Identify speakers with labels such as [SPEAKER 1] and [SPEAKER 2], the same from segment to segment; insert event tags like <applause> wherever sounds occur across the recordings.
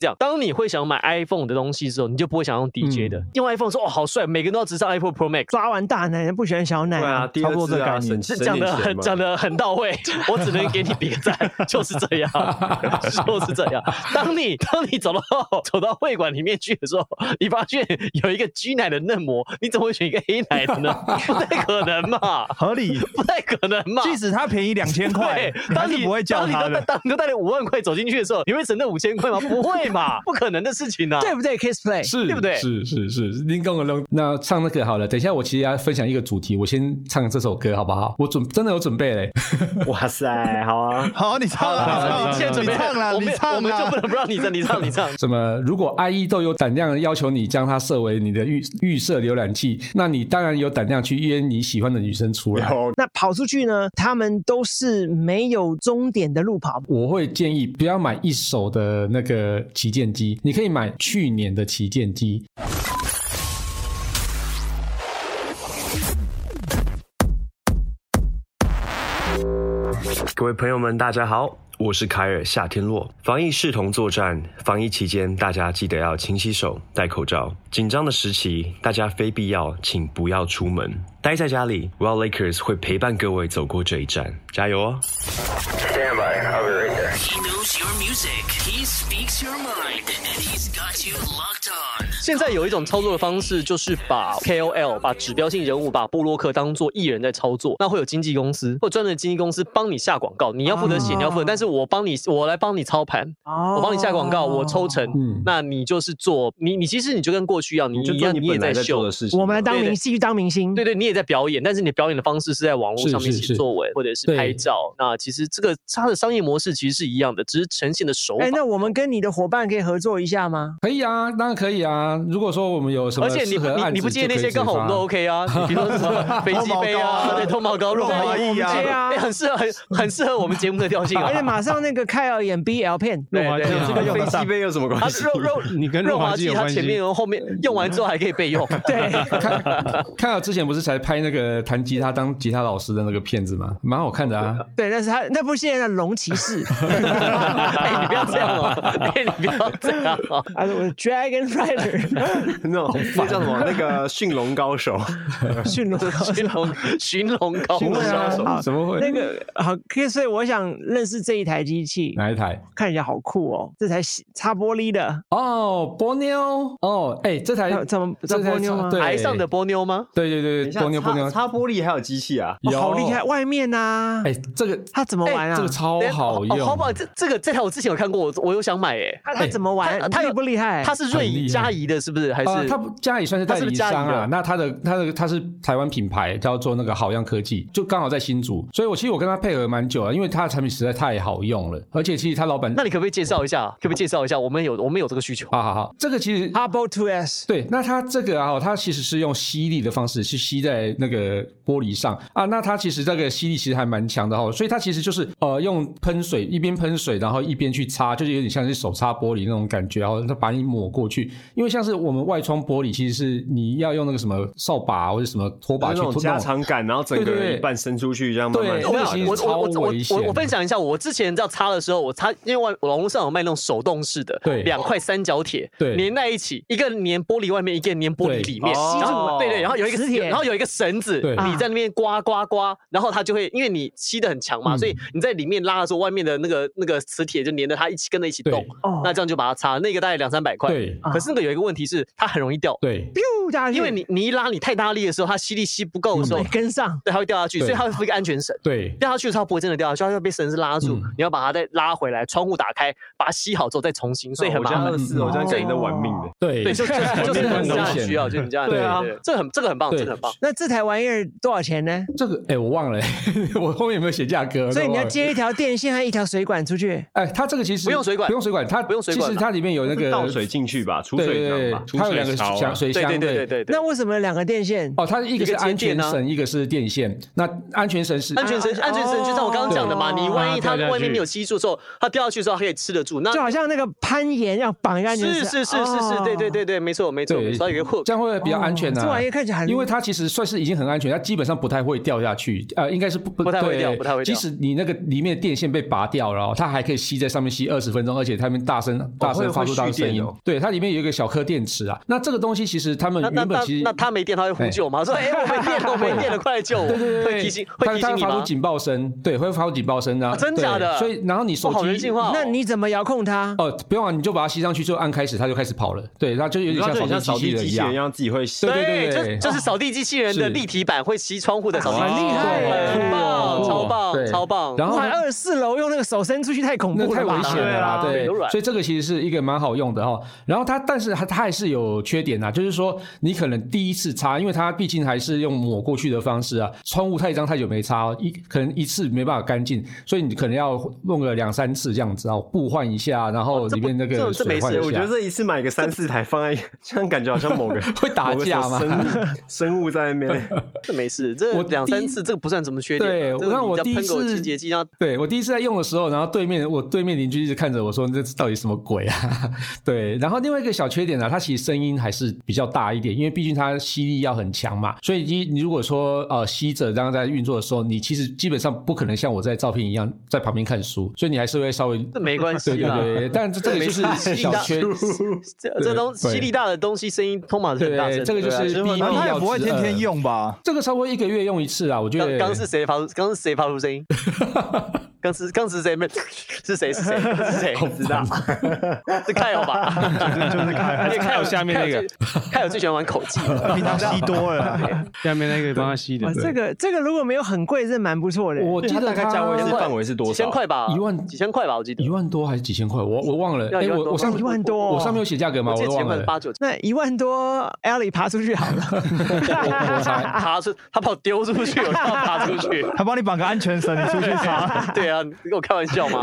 [SPEAKER 1] 这样，当你会想买 iPhone 的东西之后，你就不会想用 DJ 的，
[SPEAKER 2] 嗯
[SPEAKER 1] 用 iPhone 说哦好帅，每个人都要直上 iPhone Pro Max。
[SPEAKER 3] 抓完大奶不喜欢小奶
[SPEAKER 2] 对啊，第
[SPEAKER 4] 差
[SPEAKER 2] 二
[SPEAKER 4] 不多
[SPEAKER 2] 次
[SPEAKER 4] 这概
[SPEAKER 2] 啊，
[SPEAKER 4] 念
[SPEAKER 2] 省
[SPEAKER 1] 是
[SPEAKER 2] 省
[SPEAKER 1] 讲
[SPEAKER 2] 点
[SPEAKER 1] 的
[SPEAKER 2] 钱
[SPEAKER 1] 很
[SPEAKER 2] 嘛
[SPEAKER 1] 讲的很到位，我只能给你点赞，就是这样，就是这样。当你当你走到走到会馆里面去的时候，你发现有一个 G 奶的嫩模，你怎么会选一个黑奶的呢？不太可能嘛，<laughs>
[SPEAKER 4] 合理。
[SPEAKER 1] 不太可能嘛。
[SPEAKER 4] 即使它便宜两千块
[SPEAKER 1] 对，，
[SPEAKER 4] 你还
[SPEAKER 1] 当
[SPEAKER 4] 是
[SPEAKER 1] 你
[SPEAKER 4] 不会叫
[SPEAKER 1] 当你
[SPEAKER 4] 它
[SPEAKER 1] 都带
[SPEAKER 4] 的。
[SPEAKER 1] 当你都带了五万块走进去的时候，你会省那五千块吗？不会嘛，不可能的事情呐、啊。
[SPEAKER 3] <laughs> 对不对？Kiss Play
[SPEAKER 2] 是，
[SPEAKER 1] 对不对
[SPEAKER 2] 是是是，您跟我弄
[SPEAKER 4] 那唱那个好了，等一下我其实要分享一个主题，我先唱这首歌好不好？我准真的有准备嘞。
[SPEAKER 5] 哇塞，好啊，
[SPEAKER 1] 哦
[SPEAKER 4] 好，你唱
[SPEAKER 2] 好
[SPEAKER 1] 你现在准备
[SPEAKER 4] 你唱啦
[SPEAKER 1] 我们
[SPEAKER 4] 你唱啦
[SPEAKER 1] 我们就不能不让你唱，你唱，你唱。
[SPEAKER 4] 什么？如果 IE 都有胆量要求你将它设为你的预预设浏览器，那你当然有胆量去约你喜欢的女生出来。
[SPEAKER 6] 哦
[SPEAKER 5] 有
[SPEAKER 3] 那跑出去呢？他们都是没有终点的路跑，
[SPEAKER 4] 我会建议不要买一手的那个旗舰机，你可以买去年的旗舰机。
[SPEAKER 7] 各位朋友们，大家好，我是凯尔夏天洛。防疫视同作战，防疫期间大家记得要勤洗手、戴口罩。紧张的时期，大家非必要请不要出门，待在家里。w e l l Lakers 会陪伴各位走过这一站，加油哦！
[SPEAKER 8] He knows your music. He speaks your mind. And he's got you locked on.
[SPEAKER 1] 现在有一种操作的方式，就是把 KOL、把指标性人物、把布洛克当做艺人在操作，那会有经纪公司或专门的经纪公司帮你下广告，你要负责写，
[SPEAKER 4] 啊
[SPEAKER 3] 哦
[SPEAKER 1] 你要负责，但是我帮你，我来帮你操盘，
[SPEAKER 3] 哦
[SPEAKER 1] 我帮你下广告，我抽成，
[SPEAKER 4] 嗯
[SPEAKER 1] 那你就是做你你其实你就跟过去一样，你
[SPEAKER 2] 你就
[SPEAKER 1] 一
[SPEAKER 2] 做
[SPEAKER 1] 样
[SPEAKER 2] 你
[SPEAKER 1] 也
[SPEAKER 2] 本来
[SPEAKER 1] 在
[SPEAKER 2] 在做
[SPEAKER 1] 秀
[SPEAKER 2] 的。事情嘛。
[SPEAKER 3] 我们来当
[SPEAKER 1] 对
[SPEAKER 3] 明
[SPEAKER 1] 对
[SPEAKER 3] 继续当明星。
[SPEAKER 1] 对对，你也在表演，但是你表演的方式是在网络
[SPEAKER 4] 是
[SPEAKER 1] 上面
[SPEAKER 4] 是
[SPEAKER 1] 写
[SPEAKER 4] 是
[SPEAKER 1] 作文或者是
[SPEAKER 4] 对
[SPEAKER 1] 拍照。那其实这个它的商业模式其实是一样的，只是呈现的手法
[SPEAKER 3] 哎，。那我们跟你的伙伴可以合作一下吗？
[SPEAKER 4] 可以啊，当然可以啊。如果说我们有什么
[SPEAKER 1] 而且你
[SPEAKER 4] 适
[SPEAKER 1] 不
[SPEAKER 4] 合案
[SPEAKER 1] 你
[SPEAKER 4] 子
[SPEAKER 1] 你不接那
[SPEAKER 4] 就可
[SPEAKER 1] 些
[SPEAKER 4] 以直
[SPEAKER 1] 刚好我们
[SPEAKER 4] 发
[SPEAKER 1] 都 OK 啊，你比如说什
[SPEAKER 4] <laughs>
[SPEAKER 1] 么飞机杯啊，对，脱毛膏、
[SPEAKER 4] 肉麻
[SPEAKER 1] 衣
[SPEAKER 4] 衣啊哎
[SPEAKER 1] 接
[SPEAKER 3] <laughs>
[SPEAKER 1] 哎很适合很很适合我们节目的调性
[SPEAKER 4] <laughs>
[SPEAKER 1] 啊。
[SPEAKER 3] 而且哎马上那个凯尔演 BL 片，
[SPEAKER 1] 对对
[SPEAKER 2] 对
[SPEAKER 1] 对
[SPEAKER 2] 这个
[SPEAKER 4] 用
[SPEAKER 2] 飞
[SPEAKER 4] 得
[SPEAKER 2] 机
[SPEAKER 4] 上
[SPEAKER 2] 杯有什么
[SPEAKER 4] 啊
[SPEAKER 1] 它
[SPEAKER 2] 关系？
[SPEAKER 1] 肉肉
[SPEAKER 2] 你跟
[SPEAKER 1] 润
[SPEAKER 2] 润
[SPEAKER 1] 滑
[SPEAKER 2] 滑剂有
[SPEAKER 1] 它
[SPEAKER 2] 关系
[SPEAKER 1] 前面然后面用完之后还可以备
[SPEAKER 4] <laughs>
[SPEAKER 1] 用。
[SPEAKER 3] 对， <laughs>
[SPEAKER 4] 看看到之前不是才拍那个弹吉他当吉他老师的那个片子吗？蛮好看的啊。
[SPEAKER 3] 对，但是他那部现在的龙骑士，
[SPEAKER 1] <laughs> <laughs> 哎，你不要这样
[SPEAKER 3] <laughs>
[SPEAKER 1] 哦，哎，你不要这样
[SPEAKER 4] <laughs>
[SPEAKER 1] 哦。
[SPEAKER 3] 啊，我的
[SPEAKER 1] <laughs>
[SPEAKER 3] Dragon Rider
[SPEAKER 2] <laughs> 那种那叫什么？那个驯龙高手，
[SPEAKER 3] 驯龙高手
[SPEAKER 1] 寻
[SPEAKER 4] <laughs>
[SPEAKER 1] 龙寻龙高
[SPEAKER 2] 驯龙
[SPEAKER 1] 手，
[SPEAKER 2] 高手
[SPEAKER 3] 好
[SPEAKER 4] 怎么会？
[SPEAKER 3] 那个好，所以我想认识这一台机器，
[SPEAKER 1] 哎
[SPEAKER 4] 哪一台？
[SPEAKER 3] 看一下好酷哦，这台洗擦玻璃的，
[SPEAKER 4] 哦，波妞。哦，哎、这台
[SPEAKER 3] 那怎么
[SPEAKER 4] 这
[SPEAKER 3] 这
[SPEAKER 4] 台
[SPEAKER 3] 波妞
[SPEAKER 4] 超
[SPEAKER 3] 吗
[SPEAKER 4] 对，
[SPEAKER 1] 台上的波妞吗？
[SPEAKER 4] 对对对，波妞波妞 <laughs>
[SPEAKER 2] 擦，擦玻璃还有机器啊？
[SPEAKER 3] 哦
[SPEAKER 4] 有
[SPEAKER 3] 好厉害，！外面呐
[SPEAKER 4] 哎、，这个
[SPEAKER 3] 他怎么玩啊
[SPEAKER 4] 这个？超好用，
[SPEAKER 1] 哦好吧，这这个这台我之前有看过，我我有想买哎。
[SPEAKER 3] 他他怎么玩？
[SPEAKER 1] 他
[SPEAKER 3] 他
[SPEAKER 1] 有
[SPEAKER 3] 厉不厉害？
[SPEAKER 1] 它是瑞
[SPEAKER 4] 很厉
[SPEAKER 1] 仪
[SPEAKER 4] 害
[SPEAKER 1] 佳怡的，是不是？还
[SPEAKER 4] 啊，
[SPEAKER 1] 是
[SPEAKER 4] 他不家里算是代理
[SPEAKER 1] 他是
[SPEAKER 4] 商
[SPEAKER 1] 不是嘉
[SPEAKER 4] 啊
[SPEAKER 1] 怡的。
[SPEAKER 4] 那他的他的他是台湾品牌，叫做那个好样科技，就刚好在新竹，所以我其实我跟他配合蛮久了，因为他的产品实在太好用了，而且其实他老板
[SPEAKER 1] <laughs> 那你可不可以介绍一下？可不可以介绍一下？我们有我们有这个需求。
[SPEAKER 4] 好好好，这个其实
[SPEAKER 3] Hubble 2S
[SPEAKER 4] 对，那它这个啊，它其实是用吸力的方式去吸在那个玻璃上啊。那它其实这个吸力其实还蛮强的哦哈，所以它其实就是呃用喷水一边喷水，然后一边去擦，就是有点像是手擦玻璃那种感觉，然哦后它把你抹过去。因为像是我们外窗玻璃，其实是你要用那个什么扫把或者什么拖把
[SPEAKER 2] 把
[SPEAKER 4] 去
[SPEAKER 2] 那种
[SPEAKER 4] 拖
[SPEAKER 2] 加长感，然后整个
[SPEAKER 4] 对对对
[SPEAKER 2] 人一半伸出去，这样慢慢
[SPEAKER 4] 对
[SPEAKER 2] 走
[SPEAKER 4] <laughs> 那
[SPEAKER 1] 我
[SPEAKER 4] 个
[SPEAKER 2] 大
[SPEAKER 4] 其
[SPEAKER 2] 的
[SPEAKER 4] 实
[SPEAKER 1] 我我我
[SPEAKER 4] 超
[SPEAKER 1] 我
[SPEAKER 4] 危险
[SPEAKER 1] 我我分享一下，我之前在擦的时候，我擦，因为外网络上有卖那种手动式的，
[SPEAKER 4] 对
[SPEAKER 1] 两块三角铁，
[SPEAKER 4] 对
[SPEAKER 1] 粘在一起，一个粘玻璃外面，一个粘玻璃里面，
[SPEAKER 2] 对哦
[SPEAKER 1] 然后对对，然后有一
[SPEAKER 3] 磁
[SPEAKER 1] 个
[SPEAKER 3] 铁啊
[SPEAKER 1] 然后有一个绳子，
[SPEAKER 4] 对
[SPEAKER 1] 你在那边刮刮刮，然后它就会，因为你吸的很强嘛，
[SPEAKER 4] 嗯
[SPEAKER 1] 所以你在里面拉的时候，外面的那个那个磁铁就粘着它一起跟着一起动
[SPEAKER 4] 对，
[SPEAKER 3] 哦，
[SPEAKER 1] 那这样就把它擦，那个大概两三百块，
[SPEAKER 4] 对
[SPEAKER 1] 可是那个有一个问题是它很容易掉，
[SPEAKER 4] 对嗯
[SPEAKER 3] 咻下去，
[SPEAKER 1] 因为你你一拉你太大力的时候，它吸力吸不够的时候
[SPEAKER 3] 没，跟上，
[SPEAKER 1] 对它会掉下去，
[SPEAKER 4] 对
[SPEAKER 1] 所以它会附一个安全绳。
[SPEAKER 4] 对
[SPEAKER 1] 掉下去的时候它不会真的掉下去，它会被绳子拉住，
[SPEAKER 4] 嗯
[SPEAKER 1] 你要把它再拉回来，窗户打开，把它吸好之后再重新，所以很
[SPEAKER 2] 我
[SPEAKER 1] 麻
[SPEAKER 2] 家
[SPEAKER 1] 烦
[SPEAKER 2] 二。四，我家可以在玩命的。
[SPEAKER 1] <laughs>
[SPEAKER 4] 对
[SPEAKER 1] 对，就
[SPEAKER 4] <laughs>
[SPEAKER 1] 就是就是
[SPEAKER 4] 很
[SPEAKER 1] 你
[SPEAKER 4] 危
[SPEAKER 1] 家的
[SPEAKER 4] 险
[SPEAKER 1] 需要，就是你家的
[SPEAKER 4] 对啊
[SPEAKER 1] 对，这很这个很棒，
[SPEAKER 4] 对
[SPEAKER 1] 这个很棒。
[SPEAKER 3] 那这台玩意儿多少钱呢？
[SPEAKER 4] 这个哎、我忘了、 <laughs> 我后面有没有写价格？
[SPEAKER 3] 所以你
[SPEAKER 4] 我忘
[SPEAKER 3] 要
[SPEAKER 4] 了
[SPEAKER 3] 接一条电线和一条水管出去，
[SPEAKER 4] 哎，它这个其实
[SPEAKER 1] 不用水管
[SPEAKER 4] 不用水管，它
[SPEAKER 1] 不用水管
[SPEAKER 4] 其实
[SPEAKER 1] 啊
[SPEAKER 4] 它里面有那个
[SPEAKER 2] 倒水进去吧，储
[SPEAKER 4] 对
[SPEAKER 2] 水
[SPEAKER 4] 对
[SPEAKER 2] 囊
[SPEAKER 4] 对
[SPEAKER 2] 吧，
[SPEAKER 4] 它有两个
[SPEAKER 6] 储水槽啊
[SPEAKER 4] 箱水
[SPEAKER 1] 对
[SPEAKER 4] 箱，
[SPEAKER 1] 对对对对 <laughs> 对
[SPEAKER 3] 那为什么有两个电线？
[SPEAKER 4] 哦，它一个是
[SPEAKER 1] 一个接
[SPEAKER 4] 安
[SPEAKER 1] 电
[SPEAKER 4] 全
[SPEAKER 1] 啊
[SPEAKER 4] 绳，一个是电线。那安全绳是
[SPEAKER 1] 安全绳，
[SPEAKER 3] 啊
[SPEAKER 1] 安全绳就像我刚刚讲的嘛，
[SPEAKER 3] 对
[SPEAKER 1] 你万一它
[SPEAKER 4] 啊掉下去
[SPEAKER 1] 外面没有吸住的时候，它掉下去的时候，它可以吃得住。那
[SPEAKER 3] 就好像那个攀岩要绑一个安全
[SPEAKER 1] 是
[SPEAKER 3] 绳
[SPEAKER 1] 是是是是，对对，
[SPEAKER 3] 哦
[SPEAKER 1] 对对，没错没错，
[SPEAKER 4] 对
[SPEAKER 1] 没错，它有一个 hook
[SPEAKER 4] 这。样会比较安全
[SPEAKER 3] 哦
[SPEAKER 4] 呐、
[SPEAKER 3] 这玩意看起来很
[SPEAKER 4] 因为它其实算是已经很安全，它基本上不太会掉下去，呃，应该是不不
[SPEAKER 1] 不太会
[SPEAKER 4] 对
[SPEAKER 1] 掉不太会掉
[SPEAKER 4] 即使你那个里面的电线被拔掉了哦，它还可以吸在上面吸二十分钟，而且它们大声大声
[SPEAKER 2] 会
[SPEAKER 4] 发出大
[SPEAKER 2] 会蓄
[SPEAKER 4] 声
[SPEAKER 2] 电
[SPEAKER 4] 音。
[SPEAKER 2] 哦
[SPEAKER 4] 对，它里面有一个小颗电池啊。那这个东西其实他们
[SPEAKER 1] 那那
[SPEAKER 4] 原本
[SPEAKER 1] 那
[SPEAKER 4] 其实
[SPEAKER 1] 那他没电，他会呼救吗？说哎，我没电了，我没电了，快来救我！会提醒会
[SPEAKER 4] 它
[SPEAKER 1] 提
[SPEAKER 4] 它
[SPEAKER 1] 醒
[SPEAKER 4] 会
[SPEAKER 1] 你
[SPEAKER 4] 发出
[SPEAKER 1] 吗？
[SPEAKER 4] 警报声，对，会发出警报声啊
[SPEAKER 1] 啊真假的
[SPEAKER 4] 对所以然后你手
[SPEAKER 1] 哇，好人
[SPEAKER 4] 机
[SPEAKER 1] 性化哦。
[SPEAKER 3] 那你怎么遥控它？
[SPEAKER 4] 哦，不用啊，你就把它吸上去，就按开始，它就开始跑了。对，它就有点
[SPEAKER 2] 然后就很
[SPEAKER 4] 像
[SPEAKER 2] 像扫
[SPEAKER 4] 地
[SPEAKER 2] 地
[SPEAKER 4] 机
[SPEAKER 2] 机
[SPEAKER 4] 器
[SPEAKER 2] 器
[SPEAKER 4] 人一
[SPEAKER 2] 人
[SPEAKER 4] 样。
[SPEAKER 2] 一样，自己会洗。
[SPEAKER 4] 对对对哦
[SPEAKER 1] 就就是扫地机器人的
[SPEAKER 4] 是啊
[SPEAKER 1] 立体版会吸窗户的扫地，
[SPEAKER 3] 很
[SPEAKER 1] 机器
[SPEAKER 3] 厉害
[SPEAKER 1] 人，
[SPEAKER 3] 耶，
[SPEAKER 1] 很棒，
[SPEAKER 4] 酷哦
[SPEAKER 1] 超
[SPEAKER 4] 对
[SPEAKER 1] 棒，超棒。
[SPEAKER 4] 然后
[SPEAKER 3] 哇，
[SPEAKER 4] 它
[SPEAKER 3] 二十四楼用那个手伸出去太恐
[SPEAKER 4] 那
[SPEAKER 3] 怖
[SPEAKER 4] 太
[SPEAKER 3] 了吧？
[SPEAKER 4] 危险了啦，
[SPEAKER 1] 对啊
[SPEAKER 4] 对
[SPEAKER 1] 柔，软
[SPEAKER 4] 所以这个其实是一个蛮好用的哈。然后它，但是它它还是有缺点啊，就是说你可能第一次擦，因为它毕竟还是用抹过去的方式啊，窗户太脏太久没擦哦，一可能一次没办法干净，所以你可能要弄个两三次这样子啊，布换一下，然后
[SPEAKER 1] 哦这
[SPEAKER 4] 里
[SPEAKER 1] 不
[SPEAKER 4] 面那
[SPEAKER 1] 哦这
[SPEAKER 4] 个
[SPEAKER 1] 这
[SPEAKER 4] 水
[SPEAKER 1] 没事
[SPEAKER 4] 换一下。
[SPEAKER 2] 我觉得这一次买个三四台放在，这样感觉好像某个
[SPEAKER 4] 会打架吗
[SPEAKER 2] 某个什么生物生物在那边，
[SPEAKER 1] 这没事，这
[SPEAKER 4] 我
[SPEAKER 1] 两
[SPEAKER 4] 第一
[SPEAKER 1] 三次这个不算什么缺点
[SPEAKER 4] 对
[SPEAKER 1] 啊。，
[SPEAKER 4] 那我第一
[SPEAKER 1] 喷狗
[SPEAKER 4] 次
[SPEAKER 1] 清洁剂，然后
[SPEAKER 4] 对我第一次在用的时候，然后对面我对面邻居一直看着我说：“这到底什么鬼啊？” <laughs> 对，然后另外一个小缺点呢、它其实声音还是比较大一点，因为毕竟它吸力要很强嘛，所以你你如果说呃吸着这样在运作的时候，你其实基本上不可能像我在照片一样在旁边看书，所以你还是会稍微
[SPEAKER 1] 这没关系
[SPEAKER 4] 对对
[SPEAKER 1] 啦。
[SPEAKER 4] 对，但这这个就是小缺。
[SPEAKER 1] 啊这这东
[SPEAKER 4] 对
[SPEAKER 1] 吸力大的东西声音通常是很大
[SPEAKER 4] 对，
[SPEAKER 1] 声，
[SPEAKER 4] 这个就
[SPEAKER 1] 对啊
[SPEAKER 4] 是必必
[SPEAKER 6] 然后他也
[SPEAKER 4] 要
[SPEAKER 6] 不会
[SPEAKER 4] 之
[SPEAKER 6] 天天
[SPEAKER 4] 恶
[SPEAKER 6] 用吧？
[SPEAKER 4] 这个稍微一个月用一次啊，我觉
[SPEAKER 1] 刚
[SPEAKER 4] 得
[SPEAKER 1] 刚是谁发出？刚是谁发出声
[SPEAKER 4] <laughs>
[SPEAKER 1] 音？刚是刚是谁？没是谁？是谁？是谁？不知道，是凯友吧？
[SPEAKER 6] 就是看
[SPEAKER 1] 因为凯友
[SPEAKER 9] 下面那个，
[SPEAKER 1] 凯友最喜欢玩口技了。
[SPEAKER 6] 平常吸多了，
[SPEAKER 9] 下面那个帮他吸的
[SPEAKER 3] 哇，，这个这个如果没有很贵，是蛮不错的。
[SPEAKER 4] 我记
[SPEAKER 2] 它
[SPEAKER 4] 得
[SPEAKER 2] 大概价位
[SPEAKER 4] 它
[SPEAKER 2] 是范围是多少？
[SPEAKER 1] 几千块吧？
[SPEAKER 4] 一万
[SPEAKER 1] 几千块吧？我记得
[SPEAKER 4] 一。万多还是几千块？我我忘了。
[SPEAKER 1] 要
[SPEAKER 4] 哎、
[SPEAKER 1] 一万
[SPEAKER 4] 我
[SPEAKER 1] 多
[SPEAKER 4] 我上
[SPEAKER 1] 吧
[SPEAKER 3] 一万多哦
[SPEAKER 4] 我上面有写价格吗？
[SPEAKER 1] 我
[SPEAKER 4] 我
[SPEAKER 1] 记
[SPEAKER 4] 都
[SPEAKER 1] 得
[SPEAKER 4] 忘
[SPEAKER 1] 前面
[SPEAKER 4] 了。
[SPEAKER 1] 八九千。
[SPEAKER 3] 那一万多，Ellie 爬出去好了。
[SPEAKER 1] <laughs>
[SPEAKER 4] 我猜
[SPEAKER 1] 爬出，他把我丢出去，我他爬出
[SPEAKER 4] <laughs>
[SPEAKER 1] 去。
[SPEAKER 6] 他帮你绑个安全绳，你出去
[SPEAKER 1] <laughs>
[SPEAKER 6] 哎查。
[SPEAKER 1] 对啊，你跟我开玩笑吗？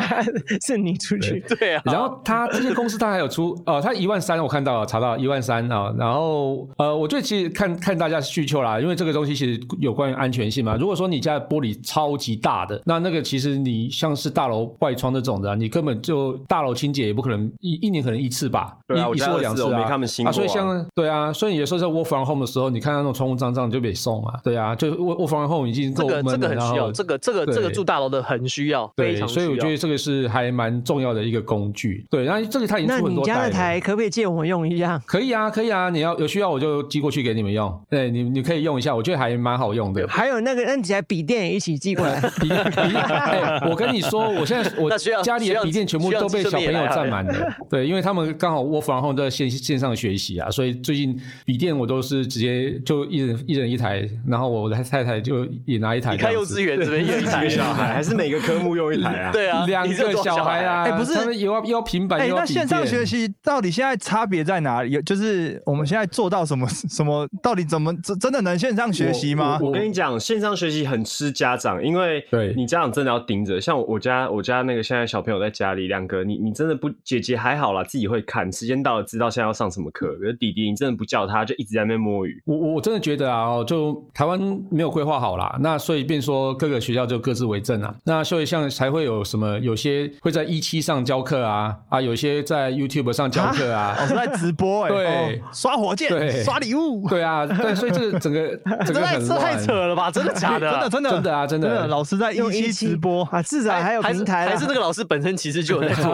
[SPEAKER 3] 是你出去，
[SPEAKER 1] 对啊。
[SPEAKER 4] 然后他这些公司他还有出，呃，他一万三我看到了，查到一万三啊。然后呃，我觉得其实看看大家需求啦，因为这个东西其实有关于安全性嘛。如果说你家的玻璃超级大的，那那个其实你像是大楼外窗这种的啊、你根本就大楼清洁也不可能一一年可能一次吧，
[SPEAKER 2] 对啊
[SPEAKER 4] 一
[SPEAKER 2] 我
[SPEAKER 4] 一
[SPEAKER 2] 家
[SPEAKER 4] 次或
[SPEAKER 2] 二
[SPEAKER 4] 两
[SPEAKER 2] 四
[SPEAKER 4] 次
[SPEAKER 2] 楼
[SPEAKER 4] 啊。
[SPEAKER 2] 没他们新
[SPEAKER 4] 啊，
[SPEAKER 2] 过
[SPEAKER 4] 所以
[SPEAKER 2] 啊
[SPEAKER 4] 像对啊，所以有时候在 work from home 的时候，你看到那种窗户脏脏，你就得送啊。对啊，就 work work from home 已经
[SPEAKER 1] 这
[SPEAKER 4] 够
[SPEAKER 1] 个
[SPEAKER 4] 闷了，
[SPEAKER 1] 这个很
[SPEAKER 4] 然
[SPEAKER 1] 需
[SPEAKER 4] 后
[SPEAKER 1] 要，这个这个
[SPEAKER 4] 对
[SPEAKER 1] 这个住大楼的很需要，非
[SPEAKER 4] 对，
[SPEAKER 1] 常需
[SPEAKER 4] 所以我觉得
[SPEAKER 1] 要。
[SPEAKER 4] 这个是还蛮重要的一个工具。对，然后这个它已经
[SPEAKER 3] 那
[SPEAKER 4] 出很
[SPEAKER 3] 你
[SPEAKER 4] 多
[SPEAKER 3] 家
[SPEAKER 4] 代
[SPEAKER 3] 的
[SPEAKER 4] 了。
[SPEAKER 3] 台可不可以借我们用一样？
[SPEAKER 4] 可以啊，可以啊，你要有需要我就寄过去给你们用。对你，你可以用一下，我觉得还蛮好用 <laughs> 的。
[SPEAKER 3] 还有那个，那几台笔电也一起寄过来。
[SPEAKER 4] <laughs> 笔笔，哎，我跟你说，
[SPEAKER 1] <laughs>
[SPEAKER 4] 我现在我
[SPEAKER 1] 那需要
[SPEAKER 4] 家里的笔电全部都被小朋友
[SPEAKER 1] 啊
[SPEAKER 4] 占满了。
[SPEAKER 1] <laughs>
[SPEAKER 4] 对，因为他们刚好 work from home 都在线线上学习啊，所以最近笔电我都是直接就一人一人一台，然后我的太太就也拿一台
[SPEAKER 1] 你
[SPEAKER 4] 这样子。
[SPEAKER 1] 开幼稚园这边有一
[SPEAKER 2] 几
[SPEAKER 1] 台
[SPEAKER 4] <laughs>
[SPEAKER 2] 个，小孩还是每个科目用一台啊？
[SPEAKER 1] 对啊，
[SPEAKER 4] 两
[SPEAKER 1] 你这
[SPEAKER 4] 个
[SPEAKER 1] 多少
[SPEAKER 4] 小孩啊，
[SPEAKER 6] 哎不是
[SPEAKER 4] 他们又要又要平板
[SPEAKER 6] 哎，
[SPEAKER 4] 又要
[SPEAKER 6] 那
[SPEAKER 4] 笔电。
[SPEAKER 6] 线上学习到底现在差别在哪里？有就是我们现在做到什么什么？到底怎么真真的能线上学习吗？
[SPEAKER 2] 我跟你讲，线上学习很吃家长，因为
[SPEAKER 4] 对
[SPEAKER 2] 你家长真的要盯着。像我我家我家那个现在小朋友在家里两个，你你真的不姐姐还好啦，自己会看，时间到了知道现在要上什么课。可是弟弟你真的不叫他，就一直在那边摸鱼。
[SPEAKER 4] 我我我真的觉得啊，哦就台湾没有规划好啦，那所以变说各个学校就各自为政啊。那所以像才会有什么，有些会在一期上教课啊，啊，有些在 YouTube 上教课啊
[SPEAKER 6] 我，是在直播哎，
[SPEAKER 4] 对
[SPEAKER 6] 哦刷火
[SPEAKER 4] 对
[SPEAKER 6] 箭，刷礼物，
[SPEAKER 4] 对啊，对，所以这个整个整
[SPEAKER 1] 这
[SPEAKER 4] 个
[SPEAKER 1] 太
[SPEAKER 4] 很
[SPEAKER 1] 这太
[SPEAKER 4] 乱
[SPEAKER 1] 扯。了吧？真的假
[SPEAKER 6] 真的
[SPEAKER 1] 的？
[SPEAKER 6] 真的
[SPEAKER 4] 真的啊真的
[SPEAKER 6] 老师在一
[SPEAKER 3] 用
[SPEAKER 6] 期
[SPEAKER 3] 17
[SPEAKER 6] 直播，
[SPEAKER 3] 啊，至少还有
[SPEAKER 1] 还是
[SPEAKER 3] 平台啊啦
[SPEAKER 1] 还是
[SPEAKER 3] <laughs>
[SPEAKER 1] 那个老师本身其实就有在做，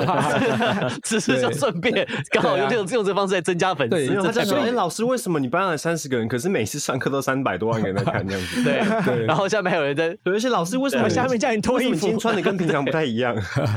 [SPEAKER 1] <laughs> 只是就顺便刚好用这种用这方式来增加粉
[SPEAKER 4] 对
[SPEAKER 1] 丝
[SPEAKER 2] 没有，他
[SPEAKER 1] 增加
[SPEAKER 2] 在说：“
[SPEAKER 1] 流
[SPEAKER 2] 哎，
[SPEAKER 1] 量，
[SPEAKER 2] 老师，为什么你班上三十个人，可是每次上课都三百多万个人在看这样子？”
[SPEAKER 1] 对
[SPEAKER 4] 对
[SPEAKER 1] 然后下面还有人在
[SPEAKER 2] 对，而且老师为什么
[SPEAKER 3] 我下面叫你脱
[SPEAKER 2] 为什
[SPEAKER 3] 衣
[SPEAKER 2] 么今
[SPEAKER 3] 服
[SPEAKER 2] 天，穿的跟平常不太一 <laughs> 样？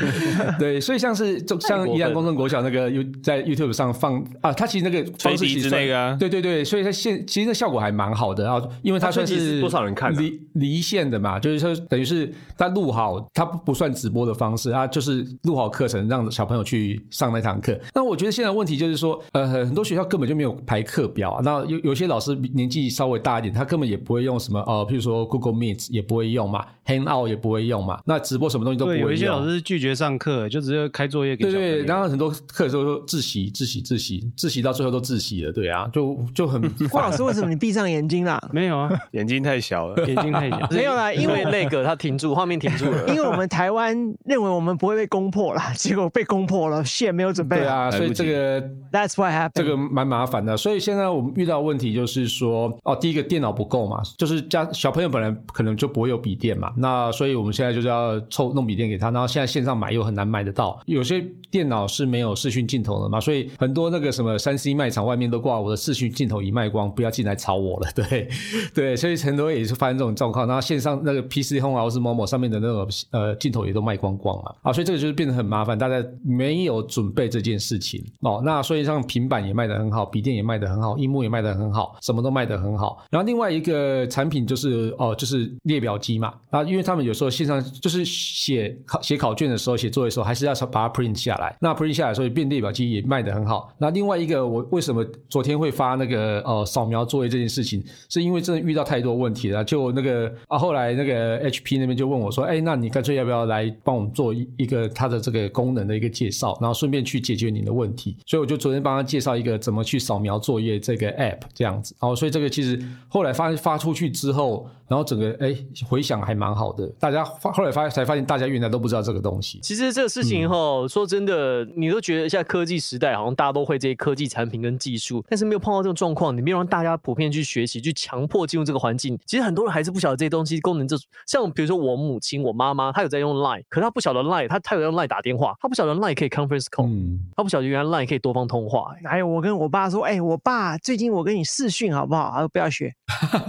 [SPEAKER 4] <laughs> 对，所以像是就像宜兰公正国小那个 You 在 YouTube 上放啊，它其实那个方式
[SPEAKER 9] 吹笛
[SPEAKER 4] 其实
[SPEAKER 9] 子
[SPEAKER 4] 算
[SPEAKER 9] 那个啊
[SPEAKER 4] 对对对，所以它现其实那效果还蛮好的啊，因为它
[SPEAKER 2] 它
[SPEAKER 4] 算
[SPEAKER 2] 吹笛
[SPEAKER 4] 是
[SPEAKER 2] 是多少人看啊
[SPEAKER 4] 离离线的嘛，就是说等于是它录好，它不不算直播的方式啊，就是录好课程让小朋友去上那堂课。那我觉得现在问题就是说，呃，很多学校根本就没有排课表啊，那有有些老师年纪稍微大一点，他根本也不会用什么呃，譬如说 Google Meet 也不会用嘛，Hangout 也不会用嘛，那直播。或什么东西都不会
[SPEAKER 9] 对，有一些
[SPEAKER 4] 用
[SPEAKER 9] 老师是拒绝上课，就直接开作业给
[SPEAKER 4] 对
[SPEAKER 9] 小朋友。
[SPEAKER 4] 对，然后很多课都说自习、自习、自习、自习到最后都自习了，对啊，就就
[SPEAKER 9] <laughs>
[SPEAKER 4] 很
[SPEAKER 3] 郭老师，为什么你闭上眼睛啦？
[SPEAKER 9] 没有啊，
[SPEAKER 10] <laughs> 眼睛太小了。
[SPEAKER 9] <laughs> 眼睛太
[SPEAKER 10] <laughs>
[SPEAKER 9] 小。
[SPEAKER 3] 没有啦，因
[SPEAKER 1] 因为
[SPEAKER 3] 为
[SPEAKER 1] 那个他停住，画面停住了。
[SPEAKER 3] 因为我们台湾认为我们不会被攻破啦，结果被攻破了，线没有准备
[SPEAKER 4] 对
[SPEAKER 3] 好。
[SPEAKER 9] 哎
[SPEAKER 4] 啊，所以这个
[SPEAKER 3] That's what happened。
[SPEAKER 4] 这个蛮麻烦的。所以现在我们遇到问题就是说，哦，第一个电脑不够嘛，就是家小朋友本来可能就不会有笔电嘛，那所以我们现在就是要凑弄笔电给他，然后现在线上买又很难买得到，有些电脑是没有视讯镜头的嘛，所以很多那个什么三 C 卖场外面都挂我的视讯镜头已卖光，不要进来吵我了，对对，所以很多也是发生这种状况，然后线上那个 PC Home 啊或是 Momo 上面的那种呃镜头也都卖光光嘛，啊，所以这个就是变得很麻烦，大家没有准备这件事情哦，那所以像平板也卖得很好，笔电也卖得很好，荧幕也卖得很好，什么都卖得很好。然后另外一个产品就是哦，就是列表机嘛，啊，因为他们有时候线上就是写考写考卷的时候、写作业的时候，还是要把它 print 下来。那 print 下来，所以变列表机也卖得很好。那另外一个，我为什么昨天会发那个呃扫描作业这件事情，是因为真的遇到太多问题了。就那个啊，后来那个 HP 那边就问我说：“哎，那你干脆要不要来帮我们做一一个它的这个功能的一个介绍，然后顺便去解决你的问题？”所以我就昨天帮他介绍一个怎么去扫描作业这个 app 这样子。哦，所以这个其实后来发发出去之后，然后整个哎回响还蛮好的，大家发后来发才发现大家原来都不知道这个东西。
[SPEAKER 1] 其实这个事情哈，说真的，你都觉得现在科技时代好像大家都会这些科技产品跟技术，但是没有碰到这种状况，你没有让大家普遍去学习，去强迫进入这个环境。其实很多人还是不晓得这些东西功能这，像比如说我母亲、我妈妈，她有在用 Line，可她不晓得 Line，她她有用 Line 打电话，她不晓得 Line 可以 conference
[SPEAKER 3] 哦
[SPEAKER 1] call，、
[SPEAKER 4] 嗯，
[SPEAKER 1] 她不晓得原来 Line 可以多方通话、欸
[SPEAKER 3] 还有我跟我爸说，哎、我爸最近我跟你视讯好不好？他说不要学，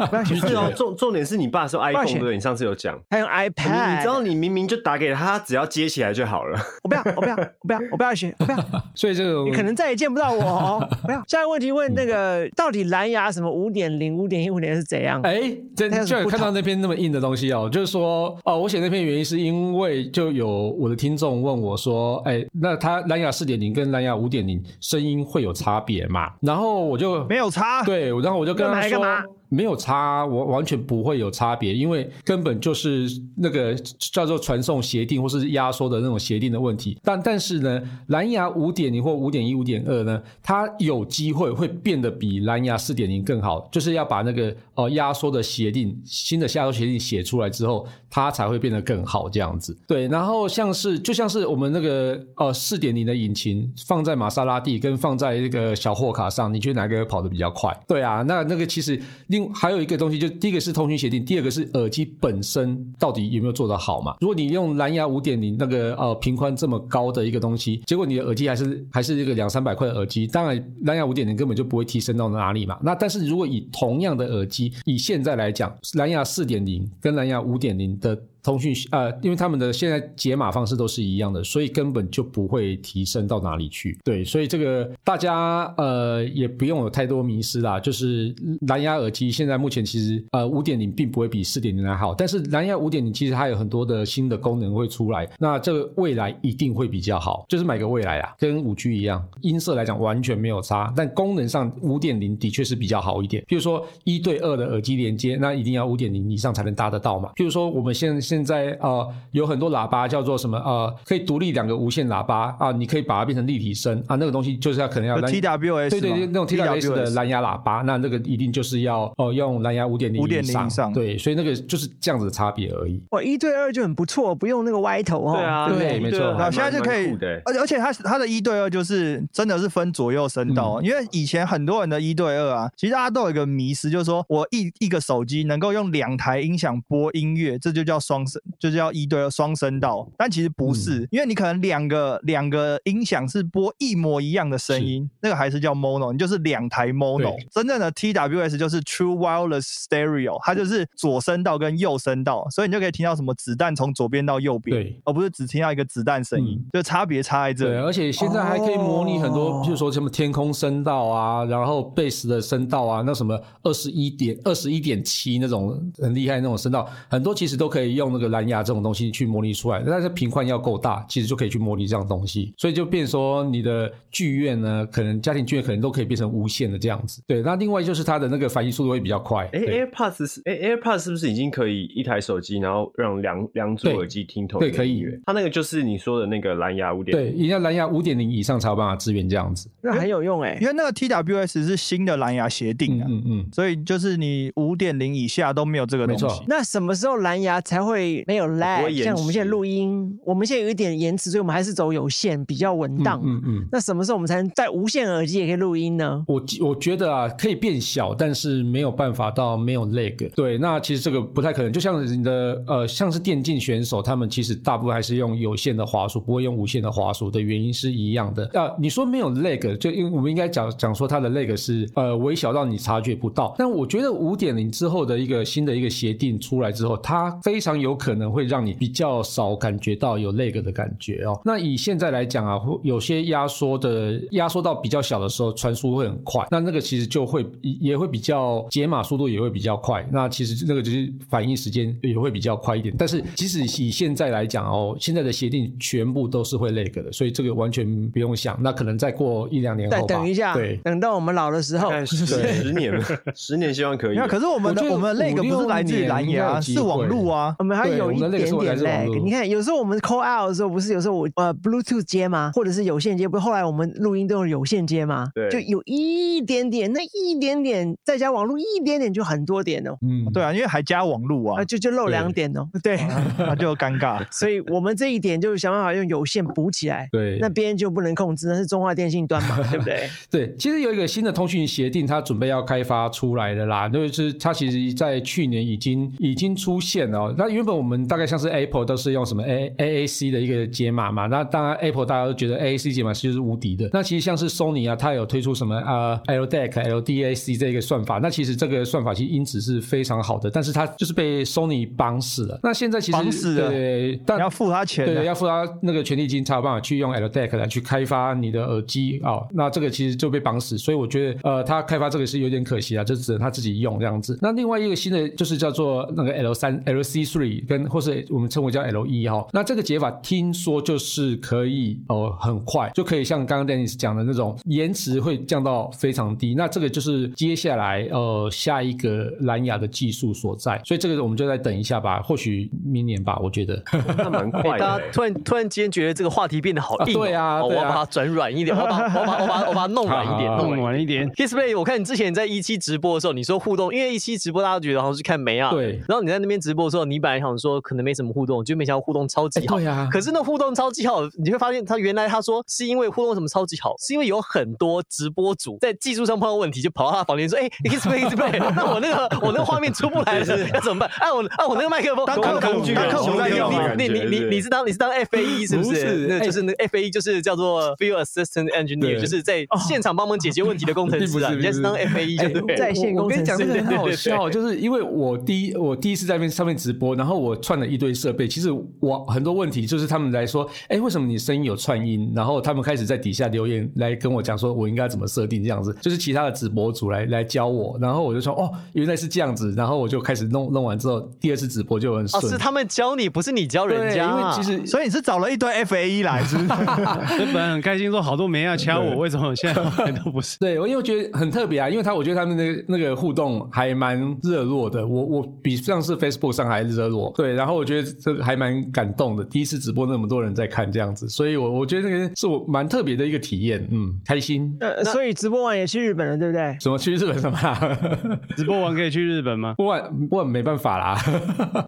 [SPEAKER 3] 不要学，
[SPEAKER 2] 是哦，重重点是你爸是用 iPhone
[SPEAKER 3] 钱
[SPEAKER 2] 对不对？你上次有讲，
[SPEAKER 3] 还有
[SPEAKER 2] 你你知
[SPEAKER 3] iPad，
[SPEAKER 2] 道你明明就打给他，他只要接起来就好了。
[SPEAKER 3] 我不要，我不要，我不要，我不要学，我不要。
[SPEAKER 4] 所以这个
[SPEAKER 3] 你可能再也见不到我哦！不要。下一个问题问那个，到底蓝牙什么五点零、五点一、五点是怎样？
[SPEAKER 4] <laughs> 哎，真
[SPEAKER 3] 但是
[SPEAKER 4] 就有
[SPEAKER 3] 不
[SPEAKER 4] 看到
[SPEAKER 3] 同
[SPEAKER 4] 那篇那么硬的东西哦，就是说哦，我写那篇原因是因为就有我的听众问我说，哎，那它蓝牙四点零跟蓝牙五点零声音会有差别嘛？然后我就
[SPEAKER 6] 没有
[SPEAKER 3] 啊
[SPEAKER 6] 差。
[SPEAKER 4] 对，然后我就跟
[SPEAKER 3] 那
[SPEAKER 4] 他
[SPEAKER 3] 买
[SPEAKER 4] 说
[SPEAKER 3] 干嘛
[SPEAKER 4] 没有差，啊我完全不会有差别，因为根本就是那个叫做传送协定或是压缩的那种协定的问题。但但是呢，蓝牙五点零或五点一、五点二呢，它有机会会变得比蓝牙四点零更好，就是要把那个呃压缩的协定、新的压缩协定写出来之后，它才会变得更好这样子。对，然后像是就像是我们那个呃四点零的引擎放在玛莎拉蒂跟放在那个小货卡上，你觉得哪个跑得比较快？对啊，那那个其实另还有一个东西，就第一个是通讯协定，第二个是耳机本身到底有没有做得好嘛？如果你用蓝牙五点零那个呃频宽这么高的一个东西，结果你的耳机还是还是一个两三百块的耳机，当然蓝牙五点零根本就不会提升到哪里嘛。那但是如果以同样的耳机，以现在来讲，蓝牙四点零跟蓝牙五点零的通讯呃，因为他们的现在解码方式都是一样的，所以根本就不会提升到哪里去。对，所以这个大家呃也不用有太多迷失啦。就是蓝牙耳机现在目前其实呃五点零并不会比四点零还好，但是蓝牙五点零其实还有很多的新的功能会出来，那这个未来一定会比较好，就是买个未来啊，跟五 G 一样，音色来讲完全没有差，但功能上五点零的确是比较好一点。比如说一对二的耳机连接，那一定要五点零以上才能搭得到嘛。譬如说我们现现在呃有很多喇叭叫做什么呃可以独立两个无线喇叭啊，你可以把它变成立体声啊，那个东西就是要可能要
[SPEAKER 6] 有
[SPEAKER 4] 蓝
[SPEAKER 6] TWS
[SPEAKER 4] 对对对，
[SPEAKER 6] 吗
[SPEAKER 4] 那种 TWS 的蓝牙喇叭，那那个一定就是要哦用蓝牙五点零
[SPEAKER 6] 5.0以上
[SPEAKER 4] 对，所以那个就是这样子的差别而已。
[SPEAKER 3] 我一对二就很不错，不用那个歪头哦。
[SPEAKER 1] 对啊，
[SPEAKER 4] 对
[SPEAKER 1] 一
[SPEAKER 4] 没
[SPEAKER 1] 对
[SPEAKER 4] 错
[SPEAKER 1] 二
[SPEAKER 6] 然后现在就可
[SPEAKER 2] 蛮
[SPEAKER 6] 以
[SPEAKER 2] 酷的欸，
[SPEAKER 6] 而且而且它它的一对二就是真的是分左右声
[SPEAKER 4] 嗯
[SPEAKER 6] 道，因为以前很多人的一对二啊，其实大家都有一个迷失，就是说我一一个手机能够用两台音响播音乐，这就叫双声，就叫一对二双声道。但其实不是，
[SPEAKER 4] 嗯
[SPEAKER 6] 因为你可能两个两个音响是播一模一样的声音，那个还是叫 mono，你就是两台 mono
[SPEAKER 4] 对。
[SPEAKER 6] 真正的 TWS 就是 True Wireless Stereo，它就是左声道跟右声道，所以你就可以听到什么子弹从左边到右边，
[SPEAKER 4] 对嗯
[SPEAKER 6] 而不是只听到一个子弹声音，就差别差在这
[SPEAKER 4] 对，
[SPEAKER 6] 里。
[SPEAKER 4] 而且现在还可以模拟很多，譬如说什么天空声道啊，然后贝斯的声道啊，那什么二十一点二十一点七那种很厉害那种声道，很多其实都可以用用那个蓝牙这种东西去模拟出来，但是频宽要够大，其实就可以去模拟这样的东西，所以就变说你的剧院呢，可能家庭剧院可能都可以变成无线的这样子。对，那另外就是它的那个反应速度会比较快。
[SPEAKER 2] 哎
[SPEAKER 4] 对
[SPEAKER 2] ，AirPods 是哎 AirPods 是不是已经可以一台手机，然后让两两组
[SPEAKER 4] 对
[SPEAKER 2] 耳机听同
[SPEAKER 4] 对
[SPEAKER 2] 一个
[SPEAKER 4] 可以
[SPEAKER 2] 音乐？它那个就是你说的那个蓝牙五点
[SPEAKER 4] 对，一定要蓝牙五点零以上才有办法支援这样子。
[SPEAKER 3] 那很有用哎、
[SPEAKER 6] 因为那个 TWS 是新的蓝牙协定
[SPEAKER 4] 嗯
[SPEAKER 6] 啊，
[SPEAKER 4] 嗯嗯，
[SPEAKER 6] 所以就是你五点零以下都没有这个东
[SPEAKER 4] 没错
[SPEAKER 6] 西。
[SPEAKER 3] 那什么时候蓝牙才会没有
[SPEAKER 2] 不
[SPEAKER 3] lag？
[SPEAKER 2] 会延迟
[SPEAKER 3] 像我们现在录音，我们现在有一点延迟，所以我们还是走有线比较稳
[SPEAKER 2] 啊
[SPEAKER 3] 当。
[SPEAKER 4] 嗯嗯。
[SPEAKER 3] 那什么时候我们才能戴无线耳机也可以录音呢？
[SPEAKER 4] 我我觉得啊，可以变小，但是没有办法到没有 lag。对，那其实这个不太可能。就像你的呃，像是电竞选手，他们其实大部分还是用有线的滑鼠，不会用无线的滑鼠的原因是一样的。啊、你说没有 lag，就因为我们应该讲讲说它的 lag 是呃微小到你察觉不到。但我觉得五点零之后的一个新的一个协定出来之后，它非常有可能会让你比较少感觉到有 lag 的感觉哦。那以现在来讲啊，会有些压缩的压缩到比较小的时候，传输会很快，那那个其实就会也也会比较解码速度也会比较快，那其实那个就是反应时间也会比较快一点。但是即使以现在来讲哦，现在的协定全部都是会 lag 的，所以这个完全不用想。那可能再过一两年
[SPEAKER 3] 再
[SPEAKER 4] 后吧，
[SPEAKER 3] 等一下
[SPEAKER 4] 对，。
[SPEAKER 3] 等到我们老的时候，
[SPEAKER 2] 大概哎十年，十年希望可
[SPEAKER 6] 没。
[SPEAKER 2] 以
[SPEAKER 6] 有，可是我们的
[SPEAKER 4] 我觉得
[SPEAKER 6] 我们的那个不是来自于蓝
[SPEAKER 4] 五六年应该有
[SPEAKER 6] 牙，
[SPEAKER 4] 机
[SPEAKER 6] 是
[SPEAKER 4] 会
[SPEAKER 6] 网路啊。
[SPEAKER 3] 我们还
[SPEAKER 4] 对
[SPEAKER 3] 有一
[SPEAKER 4] 我们的 lag 是
[SPEAKER 3] 点
[SPEAKER 4] 我来
[SPEAKER 3] 点
[SPEAKER 4] 自网
[SPEAKER 3] lag。
[SPEAKER 4] 络
[SPEAKER 3] 你看，有时候我们 call out 的时候，不是有时候我呃 Bluetooth 接吗？或者是有线接？不是后来我们录音都用有线接吗？
[SPEAKER 2] 对
[SPEAKER 3] 就有一点点，那一点点，再加网络一点点，就很多点哦，
[SPEAKER 4] 嗯，
[SPEAKER 6] 对啊，因为还加网路啊
[SPEAKER 3] 啊，，就就漏两点
[SPEAKER 4] <laughs>
[SPEAKER 3] 哦，对。
[SPEAKER 6] 那就尴尬。
[SPEAKER 3] 所以我们这一点就是想办法用有线补起来，
[SPEAKER 4] 对，
[SPEAKER 3] 那边就不能控制，那是中华电信端嘛，对不
[SPEAKER 4] <laughs>
[SPEAKER 3] 对？
[SPEAKER 4] 对，其实有一个新的通讯协定，它准备要开发出来的啦，就是它其实在去年已经已经出现了哦、那原本我们大概像是 Apple 都是用什么 A A A C 的一个解码嘛，那当然 Apple 大家都觉得 A A C 解码是就是无敌的。那其实像是 Sony 啊，它有推出什么啊、呃、LDAC、LDAC 这个算法，那其实这个算法其实音质是非常好的，但是它就是被 Sony 绑死了。那现在其实
[SPEAKER 6] 绑死了
[SPEAKER 4] 对，但
[SPEAKER 6] 你要付他钱啊
[SPEAKER 4] 对，
[SPEAKER 6] 的，
[SPEAKER 4] 要付他那个权利金才有办法去用 LDAC 来去开发你的耳机哦。那这个其实就被绑死，所以我觉得呃，他开发这个是有点可惜啊，就只能他自己用这样子。那另外一个新的就是叫做那个 L 三 LC three 跟或是我们称为叫 L 一哈。那这个解法听说就是可以哦、呃很快就可以像刚刚 Dennis 讲的那种延迟会降到非常低。那这个就是接下来呃下一个蓝牙的技术所在，所以这个我们就再等一下吧，或许明年吧，我觉得。
[SPEAKER 2] 那蛮快的
[SPEAKER 1] 哎大
[SPEAKER 2] 欸、
[SPEAKER 1] 家突然突然间觉得这个话题变得好硬哦、
[SPEAKER 4] 啊对啊
[SPEAKER 1] 好我
[SPEAKER 4] 对啊
[SPEAKER 1] 要把它转软一点，我要把我要把我把我把它弄软一点，
[SPEAKER 4] 好好好
[SPEAKER 1] 弄
[SPEAKER 9] 弄
[SPEAKER 1] 软一
[SPEAKER 9] 晚
[SPEAKER 1] 点。
[SPEAKER 9] 一点。
[SPEAKER 1] Kissplay，我看你之前在一期直播的时候，你说互动，因为一期直播大家都觉得好像是看梅啊，
[SPEAKER 4] <laughs> 对
[SPEAKER 1] 然后你在那边直播的时候，你本来想说可能没什么互动，就没想到互动超级好。
[SPEAKER 4] 对啊
[SPEAKER 1] 可是那互动超级好，你会发现他原来他说是因为互动什么超级好，是因为有很多直播主在技术上碰到问题，就跑到他房间说：“哎、k i s s p l a y k i s s p l a y 那我那个我那个画面出不来了，要怎么办？啊我啊我那个麦克风，
[SPEAKER 6] 当
[SPEAKER 1] 我
[SPEAKER 6] 客
[SPEAKER 2] 工
[SPEAKER 6] 服
[SPEAKER 2] 具
[SPEAKER 6] 当
[SPEAKER 2] 人
[SPEAKER 6] 客服在用啊
[SPEAKER 2] 兄弟
[SPEAKER 1] 你你你你你是当你是当 F A E 是不
[SPEAKER 4] 不
[SPEAKER 1] 是
[SPEAKER 4] 是？
[SPEAKER 1] 那
[SPEAKER 4] 哎
[SPEAKER 1] 就是那 F A E 就是叫做 Field Assistant Engineer，
[SPEAKER 4] 对
[SPEAKER 1] 就是在现场帮忙解决问题的工程师啊。
[SPEAKER 4] 并
[SPEAKER 1] 人
[SPEAKER 4] 不是
[SPEAKER 1] 家是当 F A E 就对了。
[SPEAKER 3] 在线
[SPEAKER 4] 我
[SPEAKER 3] 工
[SPEAKER 4] 我
[SPEAKER 3] 程
[SPEAKER 4] 跟你讲，
[SPEAKER 3] 师
[SPEAKER 4] 这个很好
[SPEAKER 1] 对
[SPEAKER 4] 笑，就是因为我第一我第一次在那边上面直播，然后我串了一堆设备。其实我很多问题就是他们来说，哎，为什么你声音有串音？然后他们开始在底下留言来跟我讲说，我应该怎么设定这样子，就是其他的直播主来来教我。然后我就说，哦，原来是这样子。然后我就开始弄弄完之后，第二次直播就很
[SPEAKER 1] 哦，
[SPEAKER 4] 顺。
[SPEAKER 1] 是他们教你，不是你教
[SPEAKER 4] 对
[SPEAKER 1] 人家
[SPEAKER 4] 因为
[SPEAKER 1] 啊。
[SPEAKER 4] 其实？
[SPEAKER 6] 所以你是找了一堆 FAE 来，是不是？
[SPEAKER 9] 我本来很开心，说好多没要掐我，为什么现在后来都不是
[SPEAKER 4] 对，我因为我觉得很特别啊，因为他我觉得他们的那个互动还蛮热络的，我我比上次 Facebook 上还热络。对，然后我觉得这个还蛮感动的，第一次直播那么多人在看这样子，所以我我觉得那个是我蛮特别的一个体验，嗯，开心。
[SPEAKER 3] 呃，所以直播完也去日本了，对不对？
[SPEAKER 4] 什么去日本什么啦？
[SPEAKER 9] <laughs> 直播完可以去日本吗？
[SPEAKER 4] 不晚不晚没办法啦，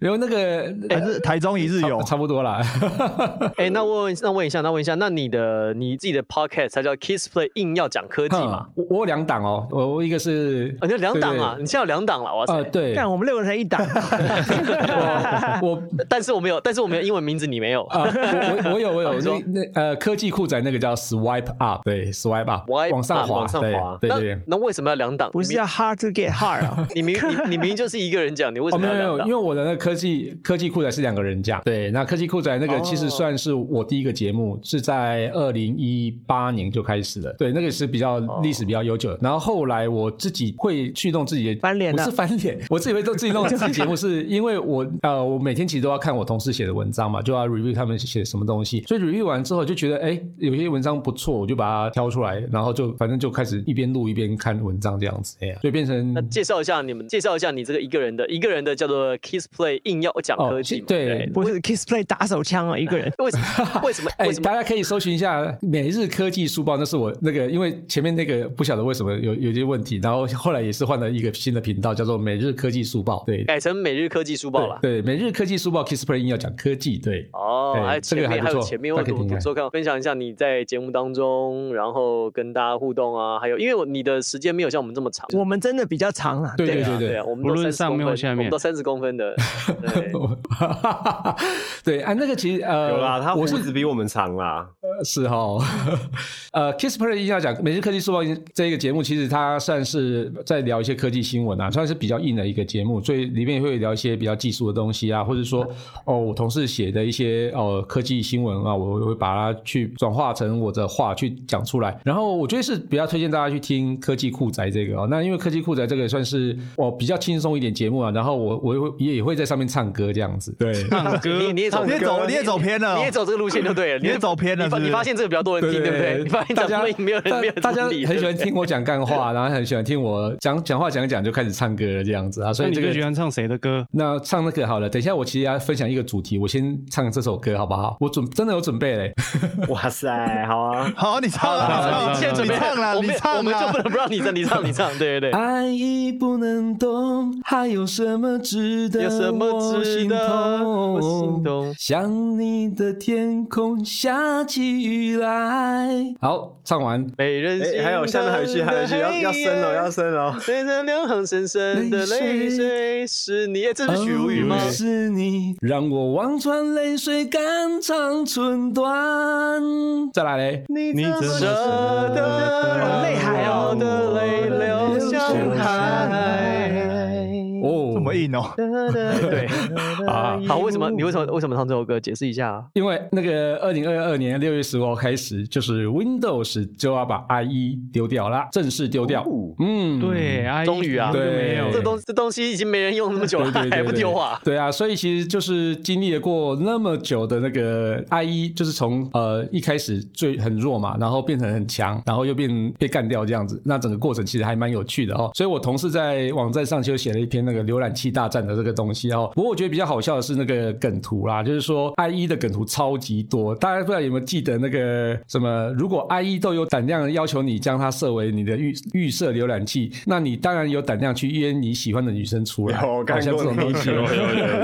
[SPEAKER 4] 然后那个
[SPEAKER 6] 还是台中一日游
[SPEAKER 1] 哦
[SPEAKER 4] 差？差不多啦。
[SPEAKER 1] 哎、那问那问一下，那问一下，那你的你自己的 podcast 它叫 Kiss Play，硬要讲科技嘛？
[SPEAKER 4] 我我有两档哦，我我一个是
[SPEAKER 1] 啊，你有两档啊，
[SPEAKER 4] 对
[SPEAKER 1] 你现在有两档了，哇塞！
[SPEAKER 4] 呃对， <laughs>
[SPEAKER 3] 但我们六个人才一档，
[SPEAKER 4] 我我
[SPEAKER 1] 但是我没有，但是我没有英文名字，你没有。
[SPEAKER 4] 啊，我我我有我
[SPEAKER 1] <laughs> 你
[SPEAKER 4] 有
[SPEAKER 1] 说
[SPEAKER 4] 那那呃科技酷仔那个叫 swipe up，对 swipe up，
[SPEAKER 1] Why-
[SPEAKER 4] 往上
[SPEAKER 1] 啊
[SPEAKER 4] 滑，
[SPEAKER 1] 往上
[SPEAKER 4] 对
[SPEAKER 1] 滑。
[SPEAKER 4] 对
[SPEAKER 1] 那
[SPEAKER 4] 对对。
[SPEAKER 1] 那为什么要两档？
[SPEAKER 3] 不是啊要 hard to get hard
[SPEAKER 4] <laughs>
[SPEAKER 3] 啊？
[SPEAKER 1] 你明你你明明就是一个人讲，你为什
[SPEAKER 4] 哦，
[SPEAKER 1] 么
[SPEAKER 4] 没
[SPEAKER 1] 要
[SPEAKER 4] 有没
[SPEAKER 1] 两
[SPEAKER 4] 有，
[SPEAKER 1] 档
[SPEAKER 4] 因？为我的那个科技科技酷仔是两个人讲，对，那科技酷仔那个其实算是我第一个节目，是在二零一八年就开始了，对，那个是比较历史比较悠
[SPEAKER 1] 哦
[SPEAKER 4] 久的。然后后来我自己会去弄自己的
[SPEAKER 3] 翻脸
[SPEAKER 4] 不
[SPEAKER 3] 了
[SPEAKER 4] <laughs> 是翻脸，我自己会做自己弄自己节目，是因为我啊、呃，我每天其实都要看我同事写的文章嘛，就要 review 他们写什么东西。所以 review 完之后就觉得，哎，有些文章不错，我就把它挑出来，然后就反正就开始一边录一边看文章这样子，哎呀，所以变成
[SPEAKER 1] 那介绍一下你们，介绍一下你这个一个人的一个人的叫做 Kiss Play 硬要讲科技嘛、
[SPEAKER 4] 哦对
[SPEAKER 3] 不是 Kiss Play 打手枪啊，一个
[SPEAKER 4] <laughs>
[SPEAKER 3] 人。
[SPEAKER 1] 为什么？为什么？
[SPEAKER 4] 哎、
[SPEAKER 1] 为什么？
[SPEAKER 4] 大家可以搜寻一下每日科技书报，那是我那个，因为前面那个不晓得为什么有有些问题，然后后来也是换了一个新的频道，叫做每日科技书报，对，
[SPEAKER 1] 改成每日科技书哎报了。
[SPEAKER 4] 对，每日科技书报 Kiss Play 硬要讲科技，对，
[SPEAKER 1] 哦，
[SPEAKER 4] 哎
[SPEAKER 1] 还有
[SPEAKER 4] 这
[SPEAKER 1] 前
[SPEAKER 4] 个
[SPEAKER 1] 面
[SPEAKER 4] 还不
[SPEAKER 1] 还有
[SPEAKER 4] 错
[SPEAKER 1] 前面
[SPEAKER 4] 大
[SPEAKER 1] 我
[SPEAKER 4] 家可以听
[SPEAKER 1] 读
[SPEAKER 4] 听看
[SPEAKER 1] 说看分享一下你在节目当中，然后跟大家互动啊，还有因为我你的时间没有像我们这么长，
[SPEAKER 3] 我们真的比较长啦，
[SPEAKER 4] 对对
[SPEAKER 1] 啊
[SPEAKER 4] 对
[SPEAKER 1] 对啊，我们
[SPEAKER 9] 不
[SPEAKER 1] 都
[SPEAKER 9] 论
[SPEAKER 1] 30
[SPEAKER 9] 上
[SPEAKER 1] 公
[SPEAKER 9] 面或
[SPEAKER 1] 分
[SPEAKER 9] 下
[SPEAKER 1] 我们
[SPEAKER 9] 面
[SPEAKER 1] 都三十公分的，对
[SPEAKER 4] <laughs> 对啊，那个其实呃，
[SPEAKER 2] 有啦，他
[SPEAKER 4] 我
[SPEAKER 2] 胡
[SPEAKER 4] 是
[SPEAKER 2] 子比我们长
[SPEAKER 4] <laughs>
[SPEAKER 2] 啦。
[SPEAKER 4] 是哈，呃，Kiss Play 一定要讲每日科技速报这个节目，其实它算是在聊一些科技新闻啊，算是比较硬的一个节目，所以里面也会聊一些比较技术的东西啊，或者说哦，我同事写的一些哦科技新闻啊，我我会把它去转化成我的话去讲出来。然后我觉得是比较推荐大家去听科技酷宅这个哦，那因为科技酷宅这个算是哦比较轻松一点节目啊，然后我我也会也也会在上面唱歌这样子，对。
[SPEAKER 9] <laughs> 唱歌
[SPEAKER 1] <laughs> 你你也走
[SPEAKER 6] 你也走你也走偏了哦
[SPEAKER 1] 你也走这个路线就对了，
[SPEAKER 6] 你也走偏了
[SPEAKER 1] 你发
[SPEAKER 6] 是不是
[SPEAKER 1] 你发现这个比较多人听，对不对？你发现
[SPEAKER 4] 大
[SPEAKER 1] 咱
[SPEAKER 4] 家
[SPEAKER 1] 们没有人
[SPEAKER 4] 大
[SPEAKER 1] 没有人
[SPEAKER 4] 大家
[SPEAKER 1] 理
[SPEAKER 4] 很
[SPEAKER 1] <laughs>
[SPEAKER 4] 喜
[SPEAKER 1] 对
[SPEAKER 4] 欢
[SPEAKER 1] 不对
[SPEAKER 4] 听我讲干话，然后很喜欢听我讲讲话讲一讲就开始唱歌了这样子啊，所
[SPEAKER 9] 那
[SPEAKER 4] 以
[SPEAKER 9] 你
[SPEAKER 4] 这
[SPEAKER 9] 最
[SPEAKER 4] 个
[SPEAKER 9] 喜欢唱谁的歌？
[SPEAKER 4] 那唱那个好了，等一下我其实要分享一个主题，我先唱这首歌好不好？我准真的有准备嘞，
[SPEAKER 5] 哇塞，好啊，
[SPEAKER 6] 好，你唱
[SPEAKER 9] 好
[SPEAKER 6] 了，
[SPEAKER 9] 好
[SPEAKER 1] 现在准
[SPEAKER 6] 你
[SPEAKER 1] 备
[SPEAKER 6] 唱了，
[SPEAKER 1] 我
[SPEAKER 6] 你
[SPEAKER 1] 们我
[SPEAKER 6] 唱啊
[SPEAKER 1] 们就不
[SPEAKER 6] 了。
[SPEAKER 1] 能不让你唱，你唱你唱，对
[SPEAKER 4] <laughs>
[SPEAKER 1] 对对。
[SPEAKER 4] 爱已不能动，还有什么值得
[SPEAKER 1] 有什么
[SPEAKER 4] 我
[SPEAKER 1] 值
[SPEAKER 4] 心
[SPEAKER 1] 得
[SPEAKER 4] 痛？
[SPEAKER 1] 我心动
[SPEAKER 4] 想你的天空下起雨来。好，唱完。
[SPEAKER 1] 没人
[SPEAKER 2] 哎、
[SPEAKER 1] 心
[SPEAKER 2] 还有下面还有一句，还有一句要要升了，要哦
[SPEAKER 1] 深
[SPEAKER 2] 升了。
[SPEAKER 1] 随着两行深深的泪
[SPEAKER 4] 泪
[SPEAKER 1] 水
[SPEAKER 4] 水
[SPEAKER 1] 是你，哎，这是许茹芸吗？
[SPEAKER 4] 哦是你让我望穿泪水，肝肠寸断。再来嘞，
[SPEAKER 1] 你
[SPEAKER 9] 怎么
[SPEAKER 1] 舍得
[SPEAKER 3] 好
[SPEAKER 1] 让
[SPEAKER 3] 泪海哦
[SPEAKER 1] 我的泪流
[SPEAKER 6] <laughs>
[SPEAKER 1] 向海？
[SPEAKER 4] 哦，
[SPEAKER 6] 这么？硬哦，
[SPEAKER 1] 对啊，好，为什么你为什么为什么唱这首歌？解释一下啊。
[SPEAKER 4] 因为那个二零二二年六月十五号开始，就是 Windows 就要把 IE E 丢掉啦，正式丢掉。
[SPEAKER 2] 哦
[SPEAKER 4] 嗯，
[SPEAKER 9] 对，阿姨
[SPEAKER 1] 终于啊
[SPEAKER 9] 什么都没有了
[SPEAKER 4] 对
[SPEAKER 1] 这东这东西已经没人用那么久了，
[SPEAKER 4] 对对对
[SPEAKER 1] 还不丢啊？
[SPEAKER 4] 对啊，所以其实就是经历了过那么久的那个 IE，就是从呃一开始最很弱嘛，然后变成很强，然后又变被干掉这样子。那整个过程其实还蛮有趣的哦。所以我同事在网站上就写了一篇那个浏览器大战的这个东西哦。不过我觉得比较好笑的是那个梗图啦，就是说 IE 的梗图超级多，大家不知道有没有记得那个什么？如果 IE 都有胆量要求你将它设为你的预预设浏览器，那你当然有胆量去约你喜欢的女生出来，
[SPEAKER 2] 有我看
[SPEAKER 4] 好像这
[SPEAKER 2] 过
[SPEAKER 4] 种东
[SPEAKER 2] <laughs>
[SPEAKER 4] 西。哦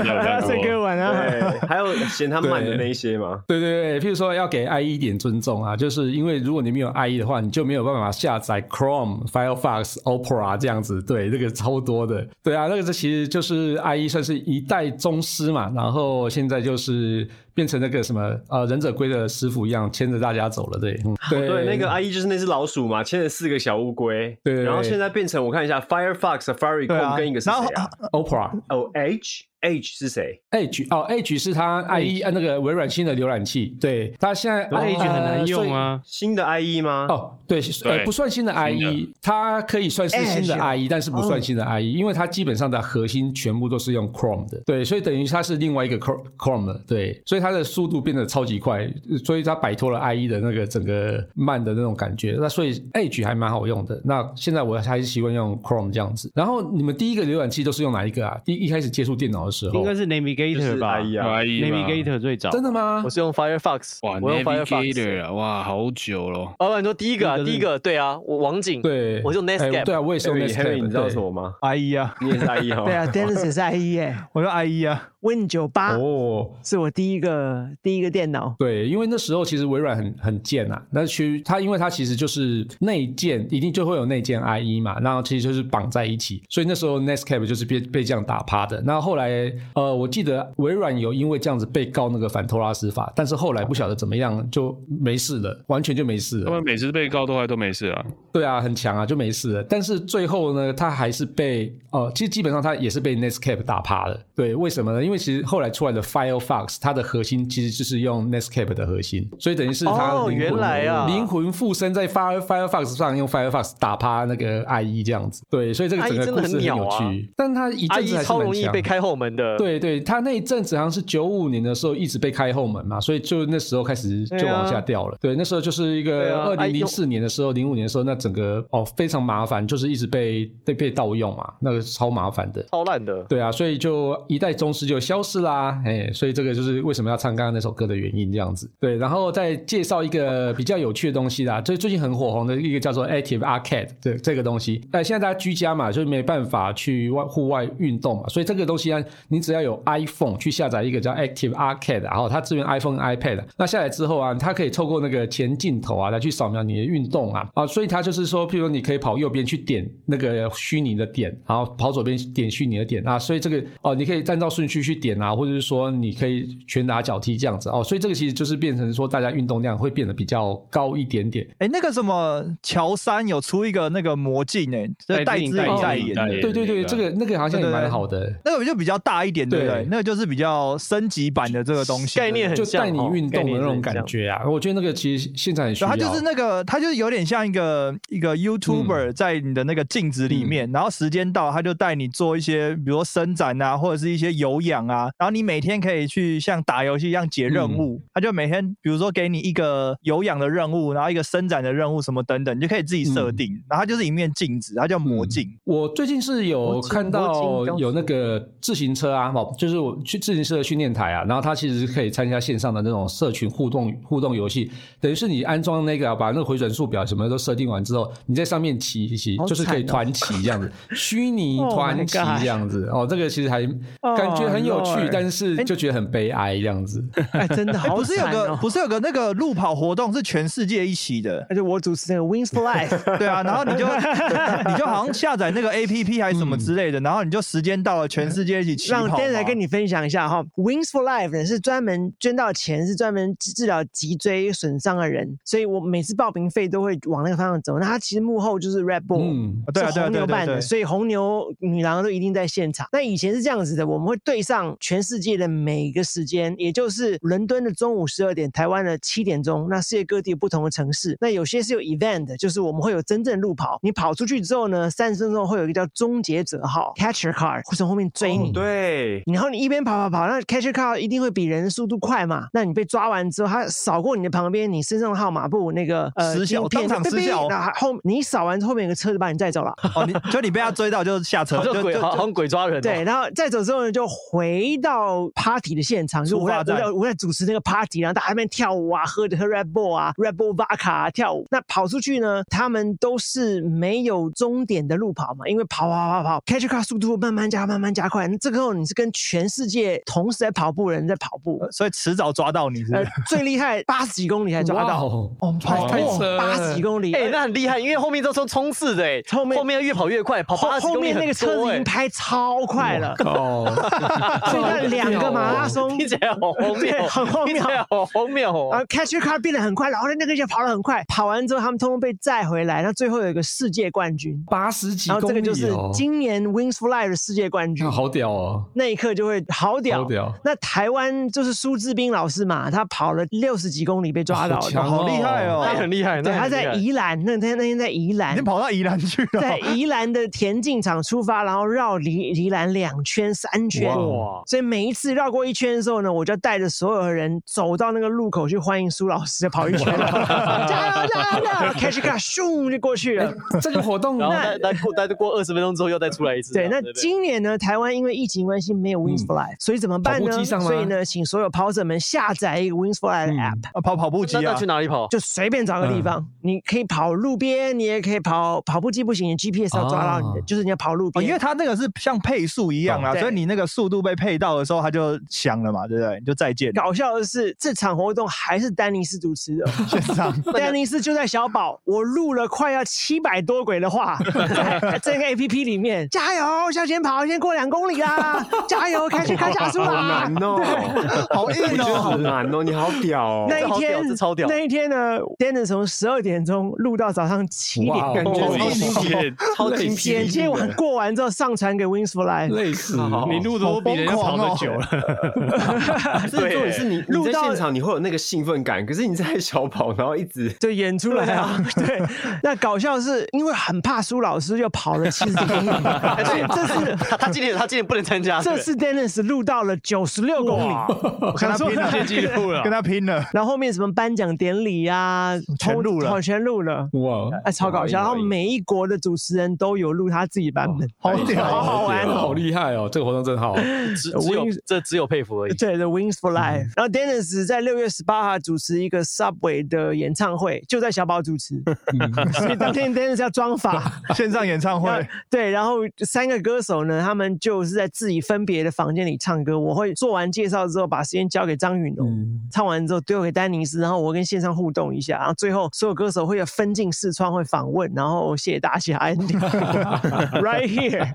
[SPEAKER 3] 啊帅哥晚安。
[SPEAKER 2] 对，还有嫌他慢的那一些嘛。
[SPEAKER 4] <laughs> 对对对，譬如说要给 IE 一点尊重啊，就是因为如果你没有 IE 的话，你就没有办法下载 Chrome、Firefox、Opera 这样子。对，这个超多的。对啊，那个这其实就是 IE 算是一代宗师嘛，然后现在就是变成那个什么呃忍者龟的师傅一样，牵着大家走了。对，嗯、对
[SPEAKER 2] 对，那个 IE 就是那只老鼠嘛，牵了四个小乌龟。
[SPEAKER 4] 对
[SPEAKER 2] 然后现在变成我看一下，Firefox、Safari、
[SPEAKER 6] 对啊
[SPEAKER 2] Chrome 跟一个是
[SPEAKER 6] 然后
[SPEAKER 2] 谁啊？
[SPEAKER 4] Opera
[SPEAKER 2] 哦，H H 是谁？
[SPEAKER 4] Edge 哦，Edge 是它 IE 呃那个微软新的浏览器，对，它现在哦
[SPEAKER 9] 可是 Edge 很难用。
[SPEAKER 4] 呃所以
[SPEAKER 9] 啊，
[SPEAKER 2] 新的 IE 吗？
[SPEAKER 4] 哦，对，呃，不算新的 IE，它可以算是新的 IE，但是不算新的 IE，因为它基本上的核心全部都是用 Chrome 的，对，所以等于它是另外一个 Chrome Chrome 了，对，所以它的速度变得超级快，所以它摆脱了 IE 的那个整个慢的那种感觉，那所以 Edge 还蛮好用的。那现在我还是习惯用 Chrome 这样子。然后你们第一个浏览器都是用哪一个啊？第一一开始接触电脑的
[SPEAKER 10] 哦
[SPEAKER 4] 时候
[SPEAKER 9] 应，该是
[SPEAKER 2] 就
[SPEAKER 9] Navigator
[SPEAKER 2] 是
[SPEAKER 9] 吧
[SPEAKER 2] IE 啊。
[SPEAKER 9] ，Navigator 最早。
[SPEAKER 4] 真的吗
[SPEAKER 1] <laughs> 我？是用 Firefox，
[SPEAKER 10] 哇
[SPEAKER 1] 我用 Firefox。
[SPEAKER 10] ，Navigator 啊哇，好久了。
[SPEAKER 1] 老板说第一个啊，
[SPEAKER 9] 那个是
[SPEAKER 1] 第一个对啊，我网景，
[SPEAKER 4] 对，
[SPEAKER 1] 我是用
[SPEAKER 4] 哎
[SPEAKER 1] Netscape
[SPEAKER 4] 对啊，我也是用
[SPEAKER 2] Henry Henry，
[SPEAKER 4] Netscape，
[SPEAKER 2] 你知道
[SPEAKER 4] 对
[SPEAKER 2] 什么吗？
[SPEAKER 6] 阿姨啊，
[SPEAKER 2] 你也是 IE 哦。
[SPEAKER 3] 对啊，Dennis 也是 IE 哎
[SPEAKER 6] 我说阿姨啊，
[SPEAKER 3] ，Win 九八
[SPEAKER 4] 哦，
[SPEAKER 3] 是我第一个第一个电脑。
[SPEAKER 4] 对，因为那时候其实微软很很贱啊，那其实它因为它其实就是内建，一定就会有内建 IE 嘛，然后其实就是绑在一起，所以那时候 Netscape 就是被被这样打趴的。那后来呃，我记得微软有因为这样子被告那个反托拉斯法，但是后来不晓得怎么样就没事了，完全就没事
[SPEAKER 10] 他
[SPEAKER 4] 了
[SPEAKER 10] 们。每次被告都还都没事啊，
[SPEAKER 4] 对啊，很强啊，就哦没事了。但是最后呢，他还是被呃，其实基本上他也是被 Netscape 打趴了。对，为什么呢？因为其实后来出来的 Firefox，它的核心其实就是用 Netscape 的核心，所以等于是它
[SPEAKER 1] 哦
[SPEAKER 4] 灵魂
[SPEAKER 1] 原来啊
[SPEAKER 4] 灵魂附身在 Fire Firefox 上，用 Firefox 打趴那个 IE 这样子。对，所以这个整
[SPEAKER 1] IE
[SPEAKER 4] 个
[SPEAKER 1] E 真
[SPEAKER 4] 故
[SPEAKER 1] 的
[SPEAKER 4] 事
[SPEAKER 1] 很
[SPEAKER 4] 很
[SPEAKER 1] 鸟
[SPEAKER 4] 有
[SPEAKER 1] 啊
[SPEAKER 4] 趣，但它一
[SPEAKER 1] 阿
[SPEAKER 4] 阵
[SPEAKER 1] 姨
[SPEAKER 4] 子还是
[SPEAKER 1] 超
[SPEAKER 4] 蛮
[SPEAKER 1] 容易
[SPEAKER 4] 强
[SPEAKER 1] 被开后门的，
[SPEAKER 4] 对对，他那一阵子好像是九五年的时候一直被开后门嘛，所以就那时候开始就
[SPEAKER 1] 对啊
[SPEAKER 4] 往下掉了。对，那时候就是一
[SPEAKER 1] 对
[SPEAKER 4] 个
[SPEAKER 1] 啊
[SPEAKER 4] 二
[SPEAKER 1] 哎
[SPEAKER 4] 零零四年的时候，零五年的时候，那整个哦非常麻烦，就是一直被被被盗用嘛，那个超麻烦的。
[SPEAKER 1] 超烂的。
[SPEAKER 4] 对啊，所以就一代宗师就消失啦，哎，所以这个就是为什么要唱刚刚那首歌的原因，这样子。对，然后再介绍一个比较有趣的东西啦，最最近很火红的一个叫做 Active Arcade 这这个东西。那现在大家居家嘛，就是没办法去外户外运动嘛，所以这个东西啊，你只要有 iPhone 去下载一个叫 Active Arcade，然啊后它支援 iPhone、iPad，那下载之后啊，它可以透过那个前镜头啊来去扫描你的运动啊啊，所以它就是说，譬如你可以跑右边去点那个虚拟的点，然后跑左边点虚拟的点啊，所以这个哦，你可以按照顺序去点啊，或者是说你可以拳打脚踢这样子哦，所以这个其实就是变成说大家运动量会变得比较高一点点。
[SPEAKER 6] 哎，那个什么乔珊有出一个那个魔镜哎，这戴
[SPEAKER 10] 戴
[SPEAKER 6] 资
[SPEAKER 10] 镜
[SPEAKER 6] 颖
[SPEAKER 10] 戴镜
[SPEAKER 6] 代言
[SPEAKER 10] 戴镜
[SPEAKER 6] 的，
[SPEAKER 4] 对对对，这个那个好像也蛮好的。
[SPEAKER 6] 哎那个就比较大一点，对不
[SPEAKER 4] 对
[SPEAKER 6] 对？那个就是比较升级版的这个东西，
[SPEAKER 1] 概念很
[SPEAKER 4] 就
[SPEAKER 1] 像
[SPEAKER 4] 带你
[SPEAKER 1] 哦
[SPEAKER 4] 运
[SPEAKER 1] 概
[SPEAKER 4] 动的
[SPEAKER 1] 念
[SPEAKER 4] 那
[SPEAKER 1] 是
[SPEAKER 4] 种
[SPEAKER 1] 很
[SPEAKER 4] 感
[SPEAKER 1] 像
[SPEAKER 4] 觉啊，我觉得那个其实现在很需
[SPEAKER 6] 对，
[SPEAKER 4] 要。
[SPEAKER 6] 它就是那个，它就是有点像一个一个
[SPEAKER 3] 嗯
[SPEAKER 6] YouTuber 在你的那个镜子里面，然后时间到，他就带你做一些，比如说伸展啊，或者是一些有氧啊，然后你每天可以去像打游戏一样解任
[SPEAKER 3] 嗯
[SPEAKER 6] 务，他就每天比如说给你一个有氧的任务，然后一个伸展的任务什么等等，你就可以自己设定，
[SPEAKER 3] 嗯
[SPEAKER 6] 然后它就是一面镜子，它叫魔镜。
[SPEAKER 3] <laughs>
[SPEAKER 4] 我最近是有
[SPEAKER 1] 魔镜
[SPEAKER 4] 看到
[SPEAKER 1] 魔镜雕塑
[SPEAKER 4] 有那个自行车啊，哦，就是我去自行车的训练台啊，然后它其实是可以参加线上的那种社群互动互动游戏，等于是你安装那个啊、把那个回转数表什么都设定完之后，你在上面骑一骑，
[SPEAKER 3] 好
[SPEAKER 4] 就是可以
[SPEAKER 3] 惨哦
[SPEAKER 4] 团骑这
[SPEAKER 3] <laughs>
[SPEAKER 4] 样子，虚拟
[SPEAKER 3] Oh my
[SPEAKER 4] 团骑
[SPEAKER 3] God Oh
[SPEAKER 4] 这样子哦，这个其实还感觉很有趣
[SPEAKER 3] Lord
[SPEAKER 4] 但是就觉得很悲哀这样子。
[SPEAKER 3] 哎，真的
[SPEAKER 6] 哎
[SPEAKER 3] 好
[SPEAKER 6] 不是有
[SPEAKER 3] 惨
[SPEAKER 6] 个
[SPEAKER 3] 哦！
[SPEAKER 6] 不是有个那个路跑活动是全世界一起的，
[SPEAKER 3] <laughs> 而且我主持那个 Wings for
[SPEAKER 6] <laughs>
[SPEAKER 3] Life，
[SPEAKER 6] 对啊，然后你就你就好像下载那个 A P P 还是什么之类的，然后你就时间到了，全世界一起起跑
[SPEAKER 3] 嗯让
[SPEAKER 6] 嘛。
[SPEAKER 3] Dan 来跟你分享一下哈。Wings for Life 呢是专门捐到钱，是专门治疗脊椎损伤的人，所以我每次报名费都会往那个方向走。那他其实幕后就是 Red Bull，、
[SPEAKER 4] 嗯，
[SPEAKER 6] 对啊
[SPEAKER 3] 是
[SPEAKER 6] 对啊
[SPEAKER 3] 红
[SPEAKER 6] 对啊
[SPEAKER 3] 牛
[SPEAKER 6] 对啊
[SPEAKER 3] 办
[SPEAKER 6] 对
[SPEAKER 3] 的，
[SPEAKER 6] 啊。
[SPEAKER 3] 所以红牛女郎都一定在现场。那以前是这样子的，我们会对上全世界的每一个时间，也就是伦敦的中午十二点，台湾的七点钟。那世界各地不同的城市，那有些是有 event 的，就是我们会有真正路跑，你跑出去之后呢，三十分钟后会有一个叫终结者号 （catcher car） 会从后面追
[SPEAKER 2] 哦
[SPEAKER 6] 哦
[SPEAKER 3] 你。
[SPEAKER 7] 对，
[SPEAKER 3] 然后你一边跑跑跑，那 catcher car 一定会比人的速度快嘛？那你被抓完之后，他扫过你的旁边，你身上的号码布那个呃
[SPEAKER 6] 失效
[SPEAKER 3] 晶片
[SPEAKER 6] 当场失效
[SPEAKER 3] 那后你扫完之后后面有个车子把你载走了。
[SPEAKER 6] 哦，你就你被他追到就下
[SPEAKER 1] <laughs>
[SPEAKER 6] 车，
[SPEAKER 1] 好
[SPEAKER 6] 就
[SPEAKER 1] 像
[SPEAKER 6] 就
[SPEAKER 1] 鬼，好
[SPEAKER 6] 就
[SPEAKER 1] 像鬼抓人哦。
[SPEAKER 3] 对，然后再走之后呢，就回到 party 的现场，就
[SPEAKER 6] 出
[SPEAKER 3] 我在
[SPEAKER 6] 发
[SPEAKER 3] 我
[SPEAKER 6] 站
[SPEAKER 3] 在我在主持那个 party，然后大家在那边跳舞啊，喝着喝 Red Bull 啊，Red Bull Vodka 啊跳舞。那跑出去呢，他们都是没有终点的路跑嘛，因为跑跑跑跑，catch car 速度慢慢加慢慢加快。那这个时候你是跟全世界同时在跑步的人在跑步，
[SPEAKER 6] 所以迟早抓到你是不
[SPEAKER 3] 呃
[SPEAKER 6] 是。，
[SPEAKER 3] 最厉害八十几公里才抓
[SPEAKER 4] 哇
[SPEAKER 3] 到，
[SPEAKER 4] 哦，
[SPEAKER 6] 哦，
[SPEAKER 4] 跑太扯了
[SPEAKER 3] 八十几公里，
[SPEAKER 1] 哎、那很厉害，因为后面都是冲刺的、哎，
[SPEAKER 3] 后面
[SPEAKER 1] 后面越跑越快，跑
[SPEAKER 3] 后
[SPEAKER 1] 八十
[SPEAKER 3] 后
[SPEAKER 1] 公里
[SPEAKER 3] 面
[SPEAKER 1] 很
[SPEAKER 3] 那个车
[SPEAKER 1] 多
[SPEAKER 3] 子已
[SPEAKER 1] 哎
[SPEAKER 3] 经拍超快了，
[SPEAKER 4] 哦，
[SPEAKER 3] <laughs> 所以那两个马拉松
[SPEAKER 1] 听起来好荒谬
[SPEAKER 3] 对
[SPEAKER 1] 哦，
[SPEAKER 3] 很荒
[SPEAKER 1] 听起来
[SPEAKER 3] 谬。
[SPEAKER 1] 好荒谬
[SPEAKER 3] 然
[SPEAKER 1] 哦
[SPEAKER 3] 后。catcher car 变得很快，然后那个就跑得很快，跑完之后他们通通被载回来，那最后有一个世界冠军，
[SPEAKER 4] 八十几
[SPEAKER 3] 然
[SPEAKER 4] 公里
[SPEAKER 3] 后
[SPEAKER 4] 哦，
[SPEAKER 3] 这个就是今年 Wings for Life 的世界冠军
[SPEAKER 4] 啊，好屌哦，
[SPEAKER 3] 那一刻就会好屌。
[SPEAKER 4] 好屌。
[SPEAKER 3] 那台湾就是苏志斌老师嘛，他跑了六十几公里被抓到
[SPEAKER 4] 好
[SPEAKER 3] 的，
[SPEAKER 4] 强
[SPEAKER 6] 好厉害哦
[SPEAKER 1] 那很厉害，
[SPEAKER 3] 对，
[SPEAKER 1] 那
[SPEAKER 3] 他
[SPEAKER 1] 很厉害
[SPEAKER 3] 在宜兰，那天那天在宜
[SPEAKER 6] <laughs> 你
[SPEAKER 3] 兰，
[SPEAKER 6] 跑到宜兰去
[SPEAKER 3] 在
[SPEAKER 6] 了，
[SPEAKER 3] 宜兰的田径场出发，然后绕宜宜兰两圈、三圈。
[SPEAKER 4] 哦
[SPEAKER 1] 哇，
[SPEAKER 3] 所以每一次绕过一圈的时候呢，我就带着所有的人走到那个路口去欢迎苏老师，跑一圈， <laughs> 加油加油加油！Cash Car 咻就过去了。
[SPEAKER 4] 这个活动
[SPEAKER 1] 然后再再过再过二十分钟之后又再出来一次这
[SPEAKER 3] 啊对，
[SPEAKER 1] 样，
[SPEAKER 3] 那
[SPEAKER 1] 不
[SPEAKER 3] 今年呢，台湾因为疫情关系没有 Wings for Life，、所以怎么办
[SPEAKER 4] 嗯跑步
[SPEAKER 3] 呢？
[SPEAKER 4] 机上吗嗯
[SPEAKER 3] 所以呢，请所有跑者们下载一个 Wings for Life 的 app，、
[SPEAKER 6] 啊跑跑步机
[SPEAKER 1] 那那
[SPEAKER 6] 啊
[SPEAKER 1] 去，哪里
[SPEAKER 3] <laughs>
[SPEAKER 1] 跑？
[SPEAKER 3] 就随便找个地方，你可以跑路边，你也可以跑跑步机不行，你 GPS 要抓到你的，
[SPEAKER 4] 哦
[SPEAKER 3] 就是你要跑路
[SPEAKER 6] 哦，
[SPEAKER 3] 边。
[SPEAKER 6] 因为它那个是像配速一样啊，
[SPEAKER 3] 对
[SPEAKER 6] 所以你那个速度被配到的时候，它就响了嘛，对不对？你就再见，
[SPEAKER 3] 搞笑的是，这场活动还是丹尼斯主持的。
[SPEAKER 6] 线
[SPEAKER 1] <laughs>
[SPEAKER 6] 上
[SPEAKER 3] 丹尼斯就在小宝，我录了快要七百多轨的话，在这个 A P P 里面，加油，向前跑，先过两公里啦，加油，开去开下树
[SPEAKER 7] 好
[SPEAKER 3] 啦
[SPEAKER 7] 难。哦，
[SPEAKER 2] <laughs>
[SPEAKER 6] 好硬
[SPEAKER 7] 我觉得
[SPEAKER 6] 哦。
[SPEAKER 7] 好难哦，你好屌哦，
[SPEAKER 3] 那
[SPEAKER 1] 这
[SPEAKER 3] 一
[SPEAKER 1] 好屌
[SPEAKER 3] 天
[SPEAKER 1] 这超屌
[SPEAKER 3] 那一天呢，Dennis 从十二点钟录到早上七点，
[SPEAKER 4] 哇哦
[SPEAKER 7] 感觉
[SPEAKER 4] 哦
[SPEAKER 7] 超
[SPEAKER 4] 哦
[SPEAKER 7] 辛苦
[SPEAKER 10] 谢
[SPEAKER 1] 超精辟
[SPEAKER 3] 剪接完过完之后上传给 Wings for Life。
[SPEAKER 2] 哦
[SPEAKER 4] 累死，
[SPEAKER 1] 好
[SPEAKER 9] 你录的都比人家跑的久了。
[SPEAKER 2] 所以重点是你你
[SPEAKER 3] 录
[SPEAKER 2] 在
[SPEAKER 3] 到
[SPEAKER 2] 现场你会有那个兴奋感，可是你在小跑，然后一直
[SPEAKER 3] 对，演出来啊， <laughs> 对。那搞笑是因为很怕苏老师，又跑了七十
[SPEAKER 1] <laughs>
[SPEAKER 3] 公里，
[SPEAKER 1] 哎
[SPEAKER 3] 所以这是
[SPEAKER 1] 他他今年他今年不能参加，
[SPEAKER 3] 这
[SPEAKER 1] 对
[SPEAKER 3] 次 Dennis 录到了九十六公里，
[SPEAKER 6] 啊 <laughs> 我跟他
[SPEAKER 9] 想说
[SPEAKER 3] <laughs>
[SPEAKER 6] 拼了，
[SPEAKER 9] 世界纪录了
[SPEAKER 6] 跟他拼了。
[SPEAKER 3] 然后后面什么颁奖典礼啊，
[SPEAKER 6] 全
[SPEAKER 3] 抽
[SPEAKER 6] 录了
[SPEAKER 3] 哦全录了。
[SPEAKER 4] 哇，
[SPEAKER 3] 哎，超搞笑！然后每一国的主持人都有录他自己版本，
[SPEAKER 6] 好屌
[SPEAKER 3] 好好玩哦。
[SPEAKER 4] 好厉害哦，这个活动真好。
[SPEAKER 1] 只
[SPEAKER 3] 呃
[SPEAKER 1] 只有
[SPEAKER 3] 我应
[SPEAKER 1] 这只有佩服而已。
[SPEAKER 3] <laughs> 对，The Wings for Life。然
[SPEAKER 6] 嗯
[SPEAKER 3] 后 Dennis 在六月十八号主持一个 Subway 的演唱会，就在小宝主持，
[SPEAKER 6] 嗯
[SPEAKER 3] 所以当天 Dennis 要装
[SPEAKER 6] <laughs>
[SPEAKER 3] 法。
[SPEAKER 6] 线上
[SPEAKER 3] <laughs>
[SPEAKER 6] 演唱会，
[SPEAKER 3] 对，然后三个歌手呢，他们就是在自己分别的房间里唱歌。我会做完介绍之后，把时间交给张宇农，
[SPEAKER 4] 嗯
[SPEAKER 3] 唱完之后丢给丹尼斯，然后我跟线上互动一下，然后最后所有歌手会有分进视窗会访问，然后谢谢大家
[SPEAKER 4] <laughs>
[SPEAKER 3] ，Right here，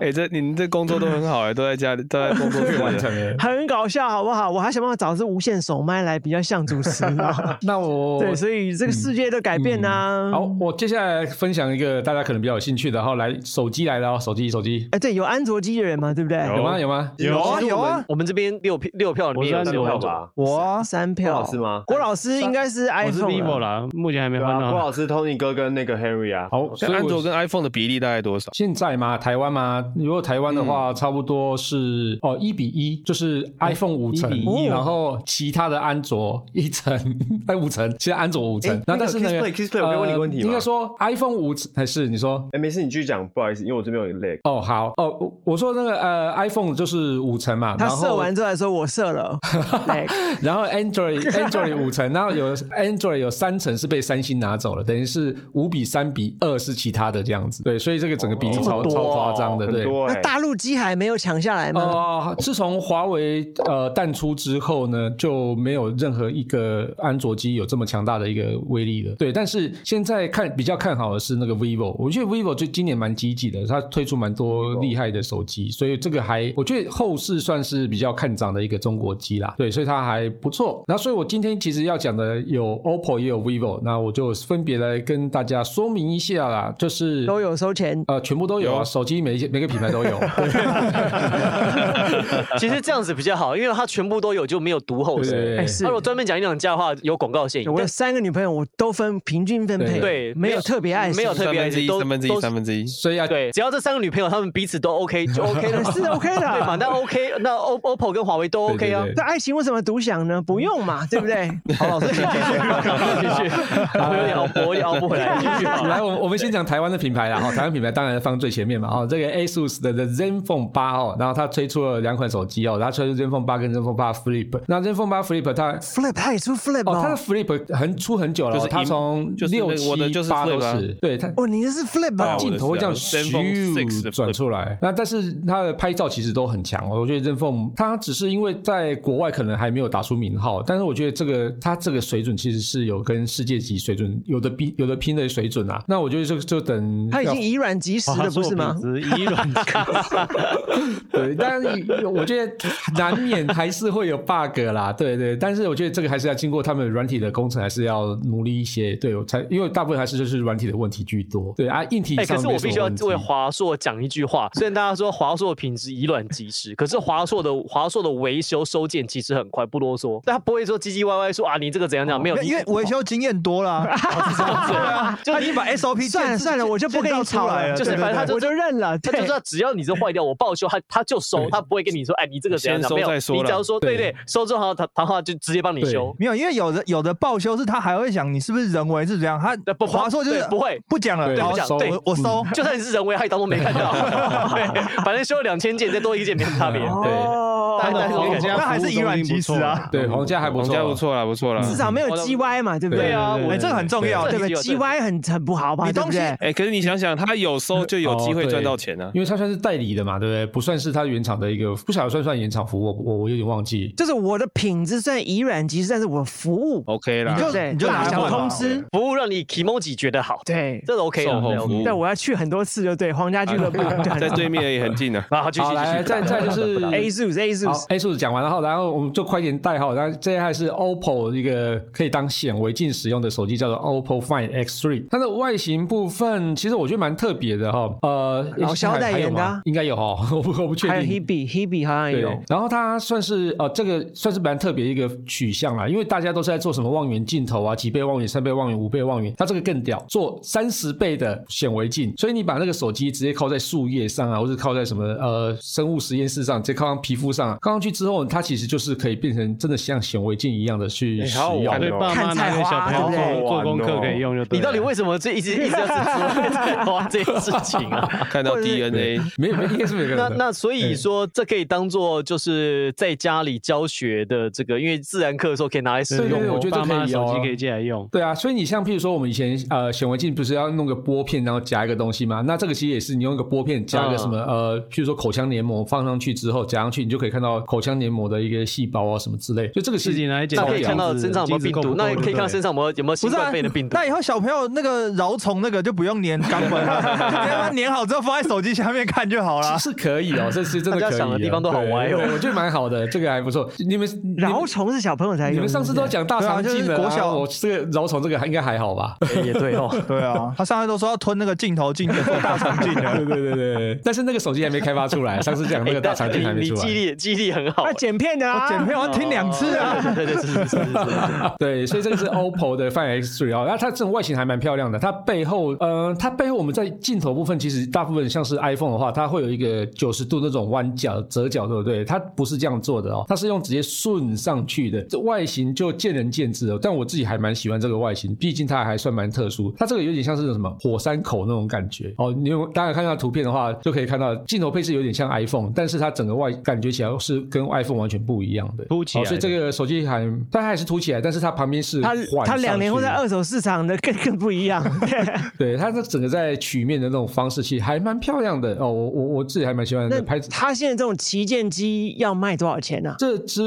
[SPEAKER 10] 哎，这你们这工作都很好哎，都在家里，都在工
[SPEAKER 9] <laughs>
[SPEAKER 10] 作室
[SPEAKER 4] 完
[SPEAKER 10] 里
[SPEAKER 4] 成了。
[SPEAKER 3] 很搞笑，好不好？我还想办法找只无线手麦来比较像主持人。
[SPEAKER 4] 那 <laughs> 我嗯
[SPEAKER 3] 对，所啊以这个世界都改变呐、
[SPEAKER 4] 好，我接下来分享一个大家可能比较有兴趣的，然后来手机来了哦，手机手机
[SPEAKER 3] 哎，对，有安卓机的人嘛，对不对？
[SPEAKER 4] 有吗有吗？
[SPEAKER 6] 有啊
[SPEAKER 1] 其实
[SPEAKER 6] 有
[SPEAKER 1] 我们
[SPEAKER 6] 啊，
[SPEAKER 1] 我们这边六票六票里面
[SPEAKER 9] 我
[SPEAKER 1] 有
[SPEAKER 9] 是
[SPEAKER 1] 六
[SPEAKER 9] 安卓
[SPEAKER 1] 票吧？
[SPEAKER 6] 我啊
[SPEAKER 3] 三
[SPEAKER 2] 郭
[SPEAKER 3] 票
[SPEAKER 2] 老师？吗？
[SPEAKER 3] 郭老师应该是
[SPEAKER 9] 我是
[SPEAKER 3] iPhone 啊
[SPEAKER 9] vivo 啦，目前还没
[SPEAKER 2] 对
[SPEAKER 9] 换
[SPEAKER 2] 啊，郭
[SPEAKER 9] 到。
[SPEAKER 2] 老师、Tony 哥跟那个 Henry 啊，
[SPEAKER 4] 好，所以
[SPEAKER 10] 安卓
[SPEAKER 4] 我
[SPEAKER 10] 跟 iPhone 的比例大概多少？嗯
[SPEAKER 4] 现在嘛，台湾嘛，如果台湾的话，差不多是哦一比一，就是 iPhone 五层，
[SPEAKER 3] 1:1
[SPEAKER 10] 哦
[SPEAKER 4] 然后其他的安卓一层， <laughs> 哎五层，其他安卓五层
[SPEAKER 2] 哎。
[SPEAKER 4] 然后但是那个
[SPEAKER 2] 那个 Kissplay，Kissplay，我可以问你一个问题吗
[SPEAKER 4] 呃应该说 iPhone 五层还是你说
[SPEAKER 2] 哎，没事，你继续讲，不好意思，因为我这边有 lag。
[SPEAKER 4] 哦好哦，我我说那个呃 iPhone 就是五层嘛，
[SPEAKER 3] 他
[SPEAKER 4] 然后
[SPEAKER 3] 射完之后还说：“我射了。对
[SPEAKER 4] 然后 Android Android 五层，然后有 Android 有三层是被三星拿走了，等于是五比三比二是其他的这样子。对，所以这个整个比例
[SPEAKER 2] 哦
[SPEAKER 4] 超、
[SPEAKER 2] 这么
[SPEAKER 4] 超
[SPEAKER 2] 多
[SPEAKER 4] 夸张的，
[SPEAKER 2] 很
[SPEAKER 4] 对。
[SPEAKER 2] 多”
[SPEAKER 3] 那
[SPEAKER 2] 哎。
[SPEAKER 3] 大陆机还没有抢下来吗？
[SPEAKER 4] 呃，自从华为呃淡出之后呢，就没有任何一个安卓机有这么强大的一个威力了。对，但是现在看比较看好的是那个 vivo，我觉得 vivo 就今年蛮积极的，它推出蛮多厉害的手机，所以这个还我觉得后市算是比较看涨的一个中国机啦。对，所以它还不错。然后，所以我今天其实要讲的有 OPPO 也有 vivo，那我就分别来跟大家说明一下啦，就是
[SPEAKER 3] 都有收钱。
[SPEAKER 4] 呃全部都有啊，手机每一每个品牌
[SPEAKER 10] <laughs>
[SPEAKER 4] 都有。
[SPEAKER 1] <laughs> 其实这样子比较好，因为他全部都有，就没有独后
[SPEAKER 4] 对
[SPEAKER 1] 谁。
[SPEAKER 3] 哎，是
[SPEAKER 1] 他如果专门讲一两家的话，有广告线。
[SPEAKER 3] 我有
[SPEAKER 1] 但
[SPEAKER 3] 三个女朋友，我都分平均分配，
[SPEAKER 1] 对
[SPEAKER 3] 没
[SPEAKER 1] 没
[SPEAKER 3] 有
[SPEAKER 1] 有
[SPEAKER 3] 特别爱谁，
[SPEAKER 1] 没有特
[SPEAKER 10] 三
[SPEAKER 1] 别
[SPEAKER 10] 分
[SPEAKER 1] 爱
[SPEAKER 10] 之
[SPEAKER 1] 谁
[SPEAKER 10] 一，
[SPEAKER 1] 都
[SPEAKER 10] 三分之
[SPEAKER 1] 都
[SPEAKER 10] 一，
[SPEAKER 1] 是
[SPEAKER 10] 三分之一。
[SPEAKER 4] 所以啊，
[SPEAKER 1] 对，只要这三个女朋友她们彼此都 OK 就 OK 了，
[SPEAKER 3] <laughs> 是 OK 的
[SPEAKER 1] 对嘛？那 OK，那 O OPPO 跟华为都 OK 啊
[SPEAKER 4] 对对。
[SPEAKER 3] 那爱情为什么独享呢？不用嘛，对不对？
[SPEAKER 1] 好，老师继续， <laughs> 继续，我有点熬，我有点熬不回来，继续好了。
[SPEAKER 4] 来，我我们先讲台湾的品
[SPEAKER 10] <laughs>
[SPEAKER 4] 牌啦，哈，台湾品牌当然放最前面嘛，哦，这个 ASUS 的的 ZenFone 八哦，然后它推出了两款手机哦，然后推出 ZenFone 八跟 ZenFone 八 Flip，那 ZenFone 八 Flip 它
[SPEAKER 3] Flip 他也出 Flip
[SPEAKER 4] 哦，它的
[SPEAKER 3] 哦，
[SPEAKER 4] Flip 很出很久了
[SPEAKER 10] 就
[SPEAKER 4] 哦，
[SPEAKER 10] 是
[SPEAKER 4] 它
[SPEAKER 10] 荧
[SPEAKER 4] 从
[SPEAKER 10] 就是那
[SPEAKER 4] 六
[SPEAKER 10] 个
[SPEAKER 4] 七
[SPEAKER 10] 我的就是
[SPEAKER 4] 八
[SPEAKER 10] Flip
[SPEAKER 4] 都
[SPEAKER 10] 啊
[SPEAKER 4] 是，对它。
[SPEAKER 3] 哦，你的是 Flip
[SPEAKER 10] 哦
[SPEAKER 3] 哦
[SPEAKER 10] 我。
[SPEAKER 4] 镜头会这样
[SPEAKER 10] ZenFone 6的
[SPEAKER 4] 转出来，那但是它的拍照其实都很强哦。我觉得 ZenFone 它只是因为在国外可能还没有打出名号，但是我觉得这个它这个水准其实是有跟世界级水准有的比有的拼的水准啊。那我觉得就就等
[SPEAKER 3] 他已
[SPEAKER 4] 要
[SPEAKER 3] 经以卵击石
[SPEAKER 9] 哇
[SPEAKER 3] 了，不是吗？？
[SPEAKER 9] 哦他说我品质一轮
[SPEAKER 4] 对，但是我觉得难免还是会有 bug 啦，对对。但是我觉得这个还是要经过他们软体的工程，还是要努力一些。对，我才因为大部分还是就是软体的问题居多。对啊，硬体
[SPEAKER 1] 哎、
[SPEAKER 4] 上、
[SPEAKER 1] 可
[SPEAKER 4] 没
[SPEAKER 1] 是我
[SPEAKER 4] 什么
[SPEAKER 1] 必须要
[SPEAKER 4] 问题
[SPEAKER 1] 为华硕讲一句话，虽然大家说华硕品质以卵击石，可是华硕的华硕的维修收件其实很快，不啰嗦，但他不会说唧唧歪歪说啊你这个怎样怎样，没有，
[SPEAKER 6] 因为维修经验多啦，
[SPEAKER 1] 对啊，就
[SPEAKER 6] 他
[SPEAKER 1] 是
[SPEAKER 6] 已经把 SOP
[SPEAKER 3] 算了
[SPEAKER 6] 建制
[SPEAKER 3] 算了，我就不跟你
[SPEAKER 6] 建造出
[SPEAKER 3] 吵
[SPEAKER 6] 来
[SPEAKER 3] 了，
[SPEAKER 6] 了，
[SPEAKER 1] 就是
[SPEAKER 6] 对对
[SPEAKER 1] 反正他
[SPEAKER 6] 对
[SPEAKER 1] 就
[SPEAKER 3] 我就认
[SPEAKER 1] <laughs>
[SPEAKER 3] 了。
[SPEAKER 1] 他
[SPEAKER 3] 对
[SPEAKER 1] 就，说只要你这坏掉，我报修，他他就收，他不会跟你说，哎，你这个怎样
[SPEAKER 10] 先
[SPEAKER 1] 怎
[SPEAKER 10] 收
[SPEAKER 1] 样，没
[SPEAKER 10] 再
[SPEAKER 1] 有，
[SPEAKER 10] 说
[SPEAKER 1] 你
[SPEAKER 10] 啦
[SPEAKER 1] 只要说
[SPEAKER 4] 对
[SPEAKER 1] 对对，收之后他他他就直接帮你
[SPEAKER 4] 对
[SPEAKER 1] 修，
[SPEAKER 6] 没有，因为有的有的报修是他还会想你是不是人为是怎样，他
[SPEAKER 1] 对不
[SPEAKER 6] 华硕就是
[SPEAKER 1] 对不会
[SPEAKER 6] 不讲了，
[SPEAKER 4] 对
[SPEAKER 6] 好
[SPEAKER 4] 不讲
[SPEAKER 6] 收
[SPEAKER 1] 对
[SPEAKER 6] 我
[SPEAKER 1] <laughs>
[SPEAKER 6] 我收，
[SPEAKER 1] 就算你是人为，他也当做没看到，对，反正修了两千件，再多一件没什么差别。
[SPEAKER 4] 对
[SPEAKER 3] 哦，
[SPEAKER 1] 大概是这个
[SPEAKER 6] 那还是以卵击石啊
[SPEAKER 4] 对皇家还不
[SPEAKER 10] 皇
[SPEAKER 4] 错，
[SPEAKER 10] 家不。错啦，不错啦。
[SPEAKER 2] 嗯
[SPEAKER 3] 至少没有
[SPEAKER 1] 我
[SPEAKER 3] GY 嘛，对不
[SPEAKER 1] 对
[SPEAKER 3] 对？
[SPEAKER 1] 啊，
[SPEAKER 9] 对对
[SPEAKER 1] 我
[SPEAKER 6] 哎，这个很重要，
[SPEAKER 1] 对
[SPEAKER 3] 这
[SPEAKER 6] 这
[SPEAKER 3] 个
[SPEAKER 1] 有
[SPEAKER 3] GY 很很不好吧？
[SPEAKER 6] 你
[SPEAKER 3] 对不
[SPEAKER 6] 东西
[SPEAKER 3] 对？
[SPEAKER 10] 哎，可是你想想，他有收就有机会赚到钱啊。
[SPEAKER 4] 哦因为它算是代理的嘛，对不对？不算是它原厂的一个，不晓得算不算原厂服务，我我我有点忘记。
[SPEAKER 3] 就是我的品质虽然以软击石，但是我服务
[SPEAKER 10] OK
[SPEAKER 6] 你
[SPEAKER 10] 啦，
[SPEAKER 6] 就
[SPEAKER 3] 对
[SPEAKER 6] 你就
[SPEAKER 3] 大
[SPEAKER 6] 拿来
[SPEAKER 3] 小
[SPEAKER 6] 换嘛
[SPEAKER 3] 通吃，
[SPEAKER 1] 服务让你 k i m o j i 觉得好，
[SPEAKER 3] 对。
[SPEAKER 1] 这是 OK 的
[SPEAKER 10] 售后
[SPEAKER 1] 对
[SPEAKER 10] 服
[SPEAKER 1] ，OK
[SPEAKER 10] 务
[SPEAKER 3] 对，我要去很多次，就对皇家俱乐部，就很
[SPEAKER 4] 哎
[SPEAKER 10] 在对面也很近啊。
[SPEAKER 2] <laughs>
[SPEAKER 1] 的。啊，继续
[SPEAKER 4] 好，
[SPEAKER 1] 继续
[SPEAKER 4] 来，
[SPEAKER 1] 继续，
[SPEAKER 4] 再再就是
[SPEAKER 3] ASUS ASUS
[SPEAKER 4] 好，ASUS 讲完了后，然后我们就快点带好。然后这台是 OPPO 一个可以当显微镜使用的手机，叫做 OPPO Find X3。它的外形部分其实我觉得蛮特别的哈、呃，
[SPEAKER 3] 老萧代言的啊
[SPEAKER 4] 还有吗应该有哈、 <laughs> 我不我不确定。
[SPEAKER 3] 还有 Hebe Hebe 好
[SPEAKER 2] 哎
[SPEAKER 3] 像也
[SPEAKER 4] 对
[SPEAKER 3] 有，，
[SPEAKER 4] 然后它算是呃，这个算是蛮特别一个取向啦，因为大家都是在做什么望远镜头啊，几倍望远、三倍望远、五倍望远，它这个更屌，做三十倍的显微镜，所以你把那个手机直接靠在树叶上啊，或者靠在什么呃生物实验室上，直接靠上皮肤上、啊，靠上去之后，它其实就是可以变成真的像显微镜一样的去
[SPEAKER 2] 哎
[SPEAKER 4] 使
[SPEAKER 2] 好好
[SPEAKER 4] 用
[SPEAKER 2] 玩
[SPEAKER 9] 对
[SPEAKER 2] 哦。
[SPEAKER 9] 爸妈
[SPEAKER 3] 看
[SPEAKER 9] 拿
[SPEAKER 3] 菜
[SPEAKER 9] 给小
[SPEAKER 3] 花
[SPEAKER 9] 朋友
[SPEAKER 3] 对不对
[SPEAKER 9] 做做功课可以用就对
[SPEAKER 1] 你
[SPEAKER 9] 了。
[SPEAKER 1] 到底为什么这一直一直要只说在花这件事情啊？
[SPEAKER 10] 看到
[SPEAKER 1] 或者是
[SPEAKER 10] DNA，
[SPEAKER 4] 没有，没有应该是每个人
[SPEAKER 1] 那
[SPEAKER 4] 的。
[SPEAKER 1] 那所以说，这可以当做就是在家里教学的这个，因为自然课的时候可以拿来使
[SPEAKER 4] 对对
[SPEAKER 1] 用
[SPEAKER 4] 对，
[SPEAKER 1] 哦。
[SPEAKER 4] 我觉得
[SPEAKER 9] 爸
[SPEAKER 4] 这可
[SPEAKER 9] 妈
[SPEAKER 4] 以
[SPEAKER 9] 手
[SPEAKER 4] 哦
[SPEAKER 9] 机可以借来用。
[SPEAKER 4] 对啊，所以你像譬如说我们以前呃显微镜不是要弄个玻片，然后夹一个东西吗？那这个其实也是你用一个玻片夹
[SPEAKER 1] 嗯
[SPEAKER 4] 一个什么、呃，譬如说口腔黏膜放上去之后夹上去，你就可以看到口腔黏膜的一个细胞啊什么之类。就这个
[SPEAKER 9] 自
[SPEAKER 4] 事
[SPEAKER 9] 己
[SPEAKER 4] 情
[SPEAKER 9] 拿来检
[SPEAKER 1] 那
[SPEAKER 9] 查
[SPEAKER 1] 可以看到身上有没有病毒，那也可以看到身
[SPEAKER 9] 上。
[SPEAKER 1] 上有没有有没有
[SPEAKER 6] 不
[SPEAKER 1] 新
[SPEAKER 6] 是、啊
[SPEAKER 1] 冠肺炎的病，毒。
[SPEAKER 6] 那以后小朋友那个蛲虫那个就不用粘钢本了， <laughs> 给它粘好之后放在手机下面看就好了。
[SPEAKER 4] 是可以哦，这是真的可以、
[SPEAKER 1] 大
[SPEAKER 4] 哦。
[SPEAKER 1] 家想的地方都好歪哦
[SPEAKER 4] 对对我觉得蛮好的，这个还不错。你们
[SPEAKER 3] 饶虫是小朋友才有。
[SPEAKER 4] 你们上次都讲大肠镜
[SPEAKER 6] 对
[SPEAKER 4] 了、
[SPEAKER 6] 啊就是国小
[SPEAKER 4] 我这个饶虫这个还应该还好吧？
[SPEAKER 1] 也 <laughs> 对哦。
[SPEAKER 6] 对啊，他上次都说要吞那个镜头镜头大肠镜
[SPEAKER 4] <laughs> 对
[SPEAKER 1] 啊 <laughs>
[SPEAKER 6] 的，
[SPEAKER 4] 对对对对，但是那个手机还没开发出来，上次讲那个大肠镜还
[SPEAKER 1] 你
[SPEAKER 4] 没
[SPEAKER 1] 哎你
[SPEAKER 4] 出来。
[SPEAKER 1] 记忆力记忆力很好
[SPEAKER 3] 那，剪片的啊，
[SPEAKER 6] 哦剪片我要听两次啊。
[SPEAKER 1] 对对对，是是是是是。
[SPEAKER 4] 对，所以这个是 OPPO 的 Find X3 哦，那它这种外形还蛮漂亮的。它背后，呃，它背后我们在镜头部分，其实大部分像是 iPhone 的话，它会有一个九十度那种弯角折角，对不对？它不是这样做的哦，它是用直接顺上去的。这外形就见仁见智哦，但我自己还蛮喜欢这个外形，毕竟它还算蛮特殊。它这个有点像是什么火山口那种感觉哦。你有大家看到图片的话，就可以看到镜头配置有点像 iPhone，但是它整个外感觉起来是跟 iPhone 完全不一样的，
[SPEAKER 9] 凸起来
[SPEAKER 4] 哦所以
[SPEAKER 9] 的
[SPEAKER 4] 这个手机还它还是凸起来，但是它旁边是
[SPEAKER 3] 他
[SPEAKER 4] 缓
[SPEAKER 3] 他
[SPEAKER 4] 哦上
[SPEAKER 3] 两年后
[SPEAKER 4] 去
[SPEAKER 3] 在
[SPEAKER 4] 的
[SPEAKER 3] 二手市场的更更不一样， <laughs>
[SPEAKER 4] 对它这整个在曲面的那种方式，其实还蛮漂亮的哦。我我我自己还蛮喜欢
[SPEAKER 3] 那
[SPEAKER 4] 的拍。
[SPEAKER 3] 他现在这种旗舰机要卖多少钱呢、啊？
[SPEAKER 4] 这只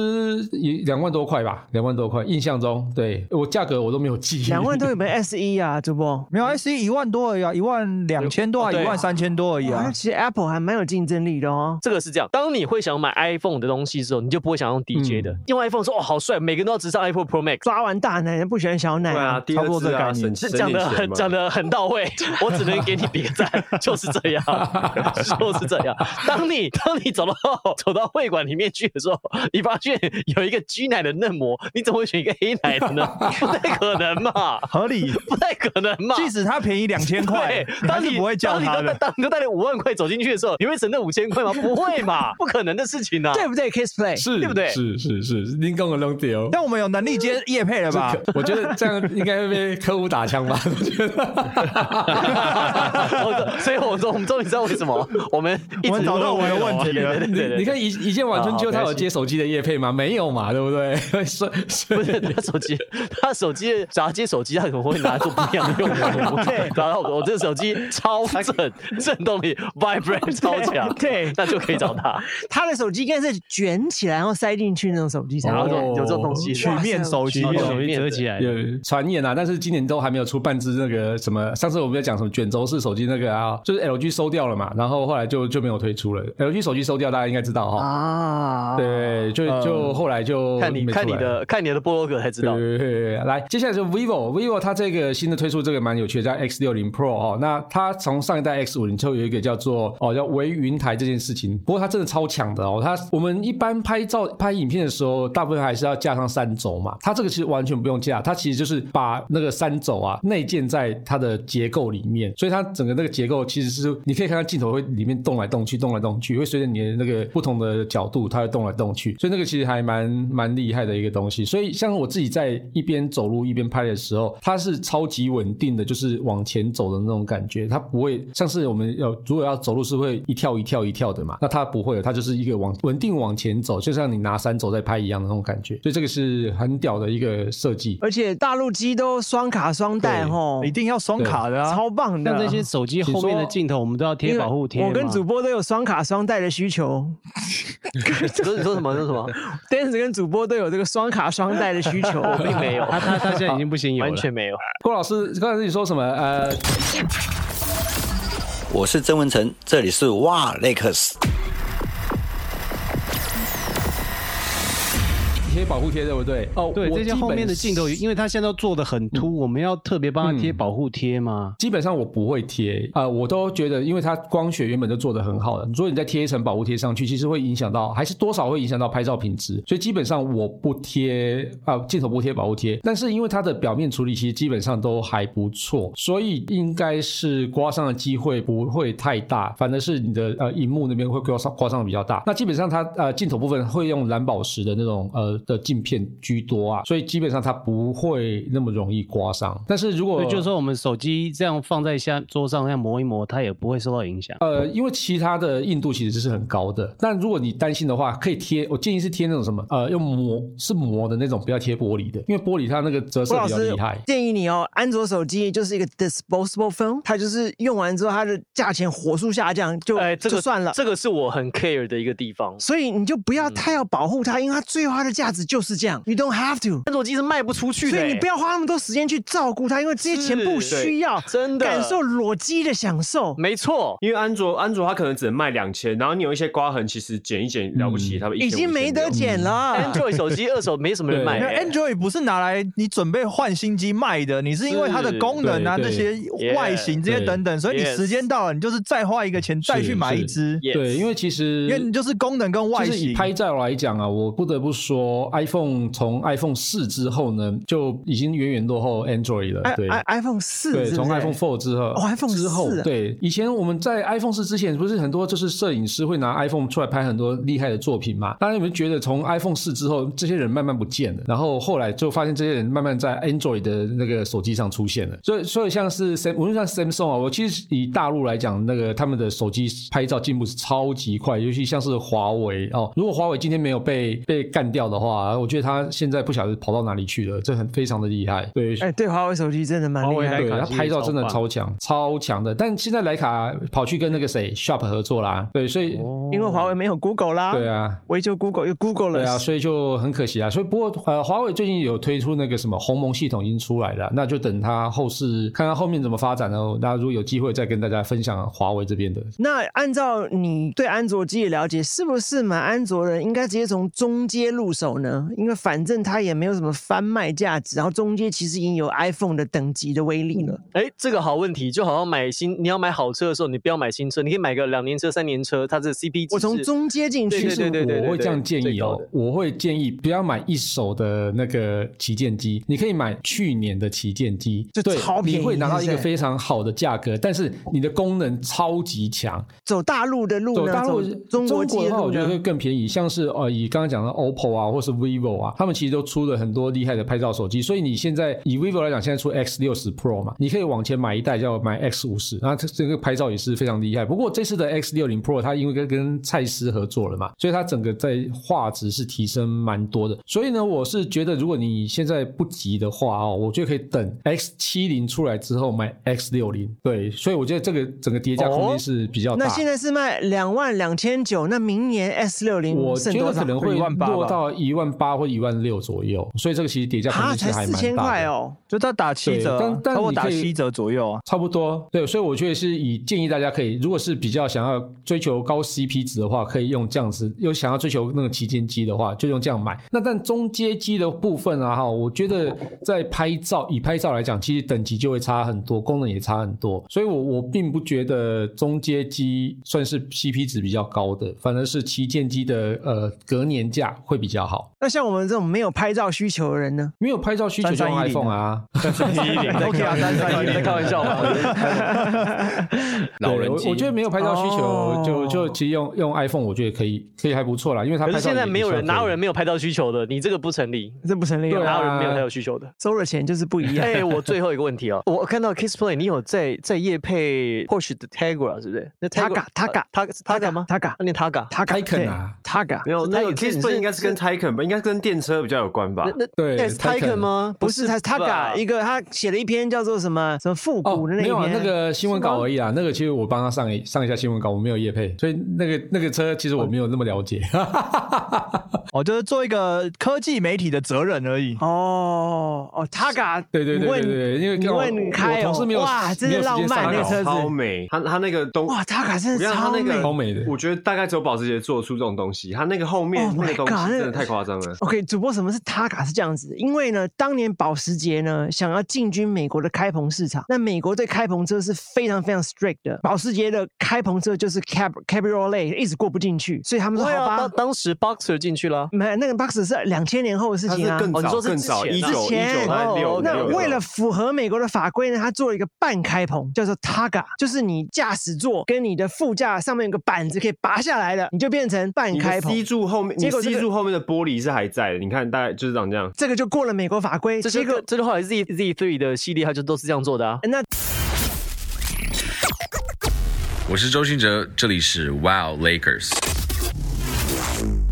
[SPEAKER 4] 也两万多块吧，两万多块，印象中，对我价格我都没有记。
[SPEAKER 3] 两万多有没有 S 一啊，主播？
[SPEAKER 6] 没有 S 一一万多而已啊，一万两千多啊，
[SPEAKER 1] 哦对
[SPEAKER 6] 一万三千多而已
[SPEAKER 3] 哇
[SPEAKER 6] 啊
[SPEAKER 3] 那。其实 Apple 还蛮有竞争力的哦。
[SPEAKER 1] 这个是这样，当你会想买 iPhone 的东西的时候，你就不会想用 DJ
[SPEAKER 6] 嗯
[SPEAKER 1] 的，用 iPhone 说哦好帅，每个人都要直上 iPhone Pro Max。
[SPEAKER 3] 抓完大奶不喜欢小奶
[SPEAKER 2] 对啊，，第二
[SPEAKER 6] 差不多这
[SPEAKER 2] 次
[SPEAKER 6] 概
[SPEAKER 2] 啊，
[SPEAKER 6] 念
[SPEAKER 2] 省
[SPEAKER 1] 是
[SPEAKER 2] 省
[SPEAKER 1] 讲
[SPEAKER 2] 点
[SPEAKER 1] 的
[SPEAKER 2] 钱
[SPEAKER 1] 很
[SPEAKER 2] 嘛。
[SPEAKER 1] 讲的很到位，我只能给你比个赞， <laughs> 就是这
[SPEAKER 6] <laughs>
[SPEAKER 1] 样，就是这样。当你当你走到走到会馆里面去的时候，你发现有一个 G 奶的嫩模，你怎么会选一个黑奶的呢？不太可能嘛，
[SPEAKER 6] <laughs> 合理，
[SPEAKER 1] 不太可能嘛。
[SPEAKER 6] 即使它便宜两千块
[SPEAKER 1] 对，
[SPEAKER 6] 你还
[SPEAKER 1] 当
[SPEAKER 6] 是
[SPEAKER 1] 你
[SPEAKER 6] 不会叫
[SPEAKER 1] 当你
[SPEAKER 6] 它
[SPEAKER 1] 都带
[SPEAKER 6] 的。
[SPEAKER 1] 当你都带了五万块走进去的时候，你会省那五千块吗？不会嘛，不可能的事情
[SPEAKER 6] <laughs>
[SPEAKER 1] 啊。
[SPEAKER 3] 对不对？Kiss Play
[SPEAKER 4] <laughs> <laughs> 是，
[SPEAKER 1] 对不对
[SPEAKER 4] 是是是，您跟我弄丢。
[SPEAKER 6] 但我们有能力接业配了吧？
[SPEAKER 4] 我觉得这样应该会被客户打枪吧？ <laughs> 我觉得。
[SPEAKER 1] 我说所以我说，我们终于知道为什么我们一
[SPEAKER 6] 我
[SPEAKER 1] 直
[SPEAKER 6] 们找到我们的问题
[SPEAKER 1] 对
[SPEAKER 6] 了
[SPEAKER 1] 对对对对
[SPEAKER 4] 你看一一键晚春秋，他有接手机的业配吗？没有嘛，对 <laughs> 不对？所所以
[SPEAKER 1] 不是他手机，他手机只要接手机，他可能会拿来做不一样的用途。对，然后我这手机超正，震动力 vibrate 超强，
[SPEAKER 3] 对
[SPEAKER 1] 那就可以找他。
[SPEAKER 3] 他的手机应该是卷起来然后塞进去那种手机才
[SPEAKER 1] 然
[SPEAKER 3] 好
[SPEAKER 1] 后
[SPEAKER 3] 用。
[SPEAKER 1] 有有这种东西，
[SPEAKER 6] 曲面手机
[SPEAKER 9] 曲，面
[SPEAKER 1] 哦
[SPEAKER 9] 手机折起来的，
[SPEAKER 4] 有传言啊，但是今年都还没有出半只那个什么，上次我们在讲什么卷轴式手机那个啊，就是 LG 收掉了嘛，然后后来就就没有推出了。LG 手机收掉，大家应该知道哈。
[SPEAKER 3] 啊，
[SPEAKER 4] 对，就就后来就
[SPEAKER 1] 呃看你
[SPEAKER 4] 没出来
[SPEAKER 1] 看你的看你的波罗格才知
[SPEAKER 4] 对
[SPEAKER 1] 道。
[SPEAKER 4] 对对对对，来，接下来是 vivo，vivo 它这个新的推出这个蛮有趣的，叫 X 6 0 Pro 哦。那它从上一代 X 5 0之后有一个叫做哦叫微云台这件事情，不过它真的超强的哦。它我们一般拍照拍影片的时候，大部分还是要架上三轴嘛，它这个其实完全不用架，它其实就是把那个三轴啊内建在它的结构里面，所以它整个那个结构其实是你可以看到镜头会里面动来动去，动来动去，会随着你的那个不同的角度，它会动来动去，所以那个其实还蛮蛮厉害的一个东西。所以像我自己在一边走路一边拍的时候，它是超级稳定的，就是往前走的那种感觉，它不会像是我们要如果要走路是会一跳一跳一跳的嘛，那它不会，它就是一个往稳定往前走，就像你拿三轴在拍一样的那种感觉，所以这个是很屌的一个设计。
[SPEAKER 3] 而且大陆机都双卡双待
[SPEAKER 4] 对
[SPEAKER 3] 吼，
[SPEAKER 6] 一定要双卡的啊。
[SPEAKER 3] 超棒的。
[SPEAKER 9] 像这些手机后面的镜头，我们都要贴保护贴
[SPEAKER 3] 因
[SPEAKER 9] 嘛。
[SPEAKER 3] 为我跟主播都有双卡双待的需求
[SPEAKER 1] 你说你说什么？你说什么？
[SPEAKER 3] ，Dance 跟主播都有这个双卡双待的需求。
[SPEAKER 1] 我并
[SPEAKER 3] <laughs>
[SPEAKER 1] 没有，
[SPEAKER 9] 他他他现在已经不行有了
[SPEAKER 1] 完，全没有。
[SPEAKER 4] 郭老师刚才你说什么？呃，
[SPEAKER 11] 我是曾文成，这里是哇 Lakers。
[SPEAKER 4] 些保护贴，对不对？哦，
[SPEAKER 9] 对，
[SPEAKER 4] 我
[SPEAKER 9] 这
[SPEAKER 4] 基
[SPEAKER 9] 些后
[SPEAKER 4] 本
[SPEAKER 9] 面的镜头，因为它现在都做的很凸，我们要特别帮它贴保护贴嘛。
[SPEAKER 4] 基本上我不会贴啊、呃我都觉得，因为它光学原本就做的很好了，所以你再贴一层保护贴上去，其实会影响到，还是多少会影响到拍照品质。所以基本上我不贴啊、镜头不贴保护贴，但是因为它的表面处理其实基本上都还不错，所以应该是刮伤的机会不会太大，反而是你的呃荧幕那边会刮伤刮伤的比较大。那基本上它呃镜头部分会用蓝宝石的那种呃的镜片居多啊，所以基本上它不会那么容易刮伤。但是如果
[SPEAKER 9] 所以就是说，我们手机这样放在下桌上，这样磨一磨，它也不会受到影响。
[SPEAKER 4] 呃，因为其他的硬度其实是很高的，但如果你担心的话，可以贴。我建议是贴那种什么，呃，用磨是磨的那种，不要贴玻璃的，因为玻璃它那个折射
[SPEAKER 3] 郭老
[SPEAKER 4] 比较
[SPEAKER 3] 师
[SPEAKER 4] 厉害。
[SPEAKER 3] 建议你哦，安卓手机就是一个 disposable phone，它就是用完之后它的价钱火速下降，就、
[SPEAKER 1] 哎，这
[SPEAKER 3] 就
[SPEAKER 1] 个
[SPEAKER 3] 算了。
[SPEAKER 1] 这个是我很 care 的一个地方。
[SPEAKER 3] 所以你就不要太要保护它，因为它最后它的价值就是这样。You don't have to，
[SPEAKER 1] 安卓机是卖不出去的、
[SPEAKER 3] 所以你不要花那么多时间去照顾它，因为这些钱不需要。
[SPEAKER 1] 真的
[SPEAKER 3] 感受裸机的享受。
[SPEAKER 1] 没错，
[SPEAKER 2] 因为安卓安卓它可能只能卖两千，然后你有一些刮痕，其实剪一剪了
[SPEAKER 1] 嗯
[SPEAKER 2] 不起，他们
[SPEAKER 3] 已经没得捡了。
[SPEAKER 1] Android 手机二手没什么人买、
[SPEAKER 6] 没有
[SPEAKER 1] 欸。
[SPEAKER 6] Android 不是拿来你准备换新机卖的，你是因为它的功能啊、
[SPEAKER 4] 是
[SPEAKER 6] 这些
[SPEAKER 1] 对
[SPEAKER 6] 外形这些
[SPEAKER 4] 对
[SPEAKER 6] 等等，所以你
[SPEAKER 1] yes
[SPEAKER 6] 时间到了，你就是再花一个钱再去买一支，
[SPEAKER 1] Yes
[SPEAKER 4] 对，因为其实
[SPEAKER 6] 因为你就是功能跟外
[SPEAKER 4] 就是以
[SPEAKER 6] 形。
[SPEAKER 4] 拍照来讲啊，我不得不说，iPhone 从 iPhone 四之后呢，就已经远远落后 Android
[SPEAKER 6] 哎
[SPEAKER 4] 了。
[SPEAKER 3] i
[SPEAKER 4] 对
[SPEAKER 3] i 哎 iPhone 四，
[SPEAKER 4] 对，从 iPhone
[SPEAKER 3] Four
[SPEAKER 4] Four 之后、
[SPEAKER 3] 哦，iPhone
[SPEAKER 4] 之后
[SPEAKER 3] 4啊，
[SPEAKER 4] 对，以前我们在 iPhone 四之前，不是很多就是摄影师会拿 iPhone 出来拍很多厉害的作品嘛？大家有没有觉得从 iPhone 四之后，这些人慢慢不见了？然后后来就发现这些人慢慢在 Android 的那个手机上出现了。所以，所以像是 Sam，无论像 Samsung 啊，我其实以大陆来讲，那个他们的手机拍照进步是超级快，尤其像是华为哦，如果华为今天没有被被干掉的话，我觉得他现在不晓得跑到哪里去了，这很非常的厉害。对，
[SPEAKER 3] 哎，对，哦华为手机真的蛮
[SPEAKER 9] 华
[SPEAKER 3] 厉
[SPEAKER 9] 为
[SPEAKER 3] 害
[SPEAKER 9] 徕
[SPEAKER 3] 的。
[SPEAKER 4] 对，
[SPEAKER 9] 莱
[SPEAKER 4] 他
[SPEAKER 9] 卡其实
[SPEAKER 4] 拍照真的
[SPEAKER 9] 超棒
[SPEAKER 4] 超强，超强的。但现在徕卡跑去跟那个谁 Sharp 合作啦，对，所以、
[SPEAKER 3] 因为华为没有 Google 啦，
[SPEAKER 4] 对，啊。
[SPEAKER 3] 维修 Google 又 Google 了，
[SPEAKER 4] 对啊，所以就很可惜啊。所以不过呃，华为最近有推出那个什么鸿蒙系统已经出来了，那就等它后市看看后面怎么发展哦。那如果有机会再跟大家分享华为这边的。
[SPEAKER 3] 那按照你对安卓机的了解，是不是买安卓的人应该直接从中阶入手呢？因为反正它也没有什么翻卖价值，然后中阶其实已经有 iPhone 的等级的威力
[SPEAKER 4] 嗯
[SPEAKER 3] 了。
[SPEAKER 1] 哎、这个好问题，就好像买新，你要买好车的时候，你不要买新车，你可以买个两年车、三年车，它的 CP 值
[SPEAKER 3] 我从
[SPEAKER 1] 是
[SPEAKER 3] 中阶进
[SPEAKER 1] 对
[SPEAKER 3] 去，
[SPEAKER 1] 对对对对
[SPEAKER 4] 我会这样建
[SPEAKER 1] 最
[SPEAKER 4] 议
[SPEAKER 1] 高
[SPEAKER 4] 哦
[SPEAKER 1] 的，
[SPEAKER 4] 我会建议不要买一手的那个旗舰机，你可以买去年的旗舰机，
[SPEAKER 3] 就
[SPEAKER 4] 对
[SPEAKER 3] 超便宜
[SPEAKER 4] 你会拿到一
[SPEAKER 3] 是
[SPEAKER 4] 个
[SPEAKER 3] 不是
[SPEAKER 4] 非常好的价格，但是你的功能超级强，
[SPEAKER 3] 走大陆的路
[SPEAKER 4] 走
[SPEAKER 3] 呢？
[SPEAKER 4] 大陆
[SPEAKER 3] 走
[SPEAKER 4] 中
[SPEAKER 3] 中国
[SPEAKER 4] 国
[SPEAKER 3] 机
[SPEAKER 4] 的话，
[SPEAKER 3] 路
[SPEAKER 4] 我觉得会
[SPEAKER 3] 呢？
[SPEAKER 4] 更便宜。像是呃，以刚刚讲的 OPPO 啊，或是 vivo 啊，他们其实都出了很多厉害的拍照手机。所以你现在以 vivo 来讲，现在出 X 六十 Pro 嘛，你可以往前买一代叫买 X 五十，那这这个拍照也是非常厉害。不过这次的 X 六零 Pro 它因为跟跟蔡司合作了嘛，所以它整个在画质是提升蛮多的。所以呢，我是觉得如果你现在不急的话哦，我觉得可以等 X 七零出来之后买 X 六零。对，所以我觉得这个整个叠加空
[SPEAKER 1] 哦
[SPEAKER 4] 间是比较大。
[SPEAKER 3] 那现在是卖两万两千九，那明年 S 六零
[SPEAKER 4] 我
[SPEAKER 3] 剩
[SPEAKER 4] 觉
[SPEAKER 3] 多
[SPEAKER 4] 得
[SPEAKER 3] 少
[SPEAKER 4] 可？能会
[SPEAKER 6] 18000吧
[SPEAKER 4] 落到一万八或一万六左右，所以这个其实叠加可
[SPEAKER 3] 啊，
[SPEAKER 4] 能性
[SPEAKER 3] 才
[SPEAKER 4] 还
[SPEAKER 3] 四
[SPEAKER 4] 蛮
[SPEAKER 3] 千
[SPEAKER 4] 大
[SPEAKER 3] 块
[SPEAKER 4] 的。
[SPEAKER 3] 哦。
[SPEAKER 6] 就它打七折
[SPEAKER 4] 对
[SPEAKER 6] 啊
[SPEAKER 4] 但，但
[SPEAKER 6] 差不多
[SPEAKER 4] 你
[SPEAKER 6] 打
[SPEAKER 4] 可以
[SPEAKER 6] 七折左右啊。
[SPEAKER 4] 差不多，对，所以我觉得是以建议大家可以，如果是比较想要追求高 CP 值的话，可以用这样子；又想要追求那个旗舰机的话，就用这样买。那但中阶机的部分啊，哈，我觉得在拍照以拍照来讲，其实等级就会差很多，功能也差很多，所以我我并不觉得中阶机算是 CP 值比较高的，反而是旗舰机的呃隔年价会比较好。
[SPEAKER 3] 那像我们这种没有拍照需求的人呢？
[SPEAKER 4] 没有拍照需求就用
[SPEAKER 6] 3310
[SPEAKER 4] iPhone 啊，
[SPEAKER 1] <laughs>
[SPEAKER 6] OK 啊，三三一
[SPEAKER 1] 在
[SPEAKER 6] 零
[SPEAKER 1] 开玩笑嘛。
[SPEAKER 10] 老
[SPEAKER 4] 对
[SPEAKER 10] 人
[SPEAKER 4] 我
[SPEAKER 10] 机，
[SPEAKER 4] 我觉得没有拍照需
[SPEAKER 3] 哦
[SPEAKER 4] 求就就其实用用 iPhone，我觉得可以可以还不错啦，因为它
[SPEAKER 1] 可
[SPEAKER 4] 拍
[SPEAKER 1] 是
[SPEAKER 4] 照
[SPEAKER 1] 现在
[SPEAKER 4] 也
[SPEAKER 1] 没有
[SPEAKER 4] 也
[SPEAKER 1] 人，
[SPEAKER 4] 算
[SPEAKER 1] 哪有
[SPEAKER 4] 可以
[SPEAKER 1] 人没有拍照需求的？你这个不成立，
[SPEAKER 3] 这不成立
[SPEAKER 4] 对
[SPEAKER 1] 哪
[SPEAKER 3] 啊！
[SPEAKER 1] 有人没有
[SPEAKER 4] 啊
[SPEAKER 1] 拍照需求的？
[SPEAKER 3] 收了钱就是不一样。
[SPEAKER 1] 哎、我最后一个问题哦，我看到 Kissplay，你有在在夜配 Porsche 的 Tegra 是不是？那
[SPEAKER 3] Targa- Targa-
[SPEAKER 1] 他他干吗？啊
[SPEAKER 3] ？Taga
[SPEAKER 1] 那念 Taga，
[SPEAKER 3] t a g
[SPEAKER 4] Taycan 啊
[SPEAKER 2] 没
[SPEAKER 3] Taga
[SPEAKER 2] 有那
[SPEAKER 1] 那
[SPEAKER 2] 个
[SPEAKER 1] 也是
[SPEAKER 2] Kiss 应该是跟
[SPEAKER 1] 是
[SPEAKER 2] Taycan 吧，应该跟电车比较有关吧
[SPEAKER 1] 那？那
[SPEAKER 4] 对
[SPEAKER 1] 那是
[SPEAKER 4] Taycan
[SPEAKER 1] Taycan 吗？
[SPEAKER 3] 不是，他是 Taga 一
[SPEAKER 1] 个
[SPEAKER 3] 个他写了一篇叫做什么什么复古的那
[SPEAKER 4] 没
[SPEAKER 3] 一
[SPEAKER 4] 有啊，
[SPEAKER 3] 篇，
[SPEAKER 4] 那个新闻稿而已啊。那个其实我帮他上一上一下新闻稿，我没有业配，所以那个那个车其实我没有那么了解。
[SPEAKER 6] 哦，就是做一个科技媒体的责任而已。
[SPEAKER 3] 哦哦 Taga
[SPEAKER 4] 对对对对对，因为
[SPEAKER 3] 你
[SPEAKER 4] 刚好
[SPEAKER 3] 问你
[SPEAKER 4] 我
[SPEAKER 3] 开
[SPEAKER 4] 我
[SPEAKER 3] 哦
[SPEAKER 4] 同事没有
[SPEAKER 3] 哇真
[SPEAKER 4] 没
[SPEAKER 3] 是
[SPEAKER 4] 有时间
[SPEAKER 3] 浪漫那
[SPEAKER 4] 上
[SPEAKER 3] 个
[SPEAKER 4] 稿
[SPEAKER 3] 车子
[SPEAKER 2] 超美，它它那个东
[SPEAKER 3] 哇 Taga
[SPEAKER 2] 我
[SPEAKER 3] 真的
[SPEAKER 2] 跟你讲它
[SPEAKER 3] 超
[SPEAKER 2] 那
[SPEAKER 3] 美
[SPEAKER 2] 个
[SPEAKER 4] 超美的
[SPEAKER 2] 我觉得大概只有保时捷做得出这种东西，他那个后面
[SPEAKER 3] Oh my
[SPEAKER 2] 那个东西
[SPEAKER 3] God，
[SPEAKER 2] 真的太夸张了。
[SPEAKER 3] OK，主播什么是塔卡是这样子的，因为呢，当年保时捷呢想要进军美国的开篷市场，那美国对开篷车是非常非常 strict 的，保时捷的开篷车就是 cab cabriolet 一直过不进去，所以他们说
[SPEAKER 1] 对
[SPEAKER 3] 好
[SPEAKER 1] 啊，
[SPEAKER 3] 吧
[SPEAKER 1] 当，当时 Boxer 进去了，
[SPEAKER 3] 没那个 Boxer 是两千年后的事情啊，
[SPEAKER 2] 它是更
[SPEAKER 1] 哦，你说
[SPEAKER 2] 早
[SPEAKER 1] 是
[SPEAKER 2] 更
[SPEAKER 1] 之
[SPEAKER 2] 早，
[SPEAKER 1] 前
[SPEAKER 2] 一
[SPEAKER 1] 啊
[SPEAKER 2] 九
[SPEAKER 3] 之
[SPEAKER 2] 一
[SPEAKER 3] 前
[SPEAKER 2] 九三
[SPEAKER 1] 哦
[SPEAKER 2] 六。
[SPEAKER 3] 那
[SPEAKER 2] 六的
[SPEAKER 3] 为了符合美国的法规呢，它做了一个半开篷，叫做 Taga，就是你驾驶座跟你的副驾上面有个板子可以拔下来的，你就变成半
[SPEAKER 2] 你
[SPEAKER 3] 开
[SPEAKER 2] 的
[SPEAKER 3] 篷。
[SPEAKER 2] C 柱后面，
[SPEAKER 3] 结
[SPEAKER 2] 你
[SPEAKER 3] 果这
[SPEAKER 2] C
[SPEAKER 3] 个
[SPEAKER 2] 柱后面的玻璃是还在的，你看大概就是长这样。
[SPEAKER 3] 这个就过了美国法规，
[SPEAKER 1] 这
[SPEAKER 3] 结
[SPEAKER 1] 些
[SPEAKER 3] 果
[SPEAKER 1] 个这就后来 Z Z Three 的系列，它就都是这样做的啊。
[SPEAKER 11] 我是周信哲，这里是 Wow Lakers。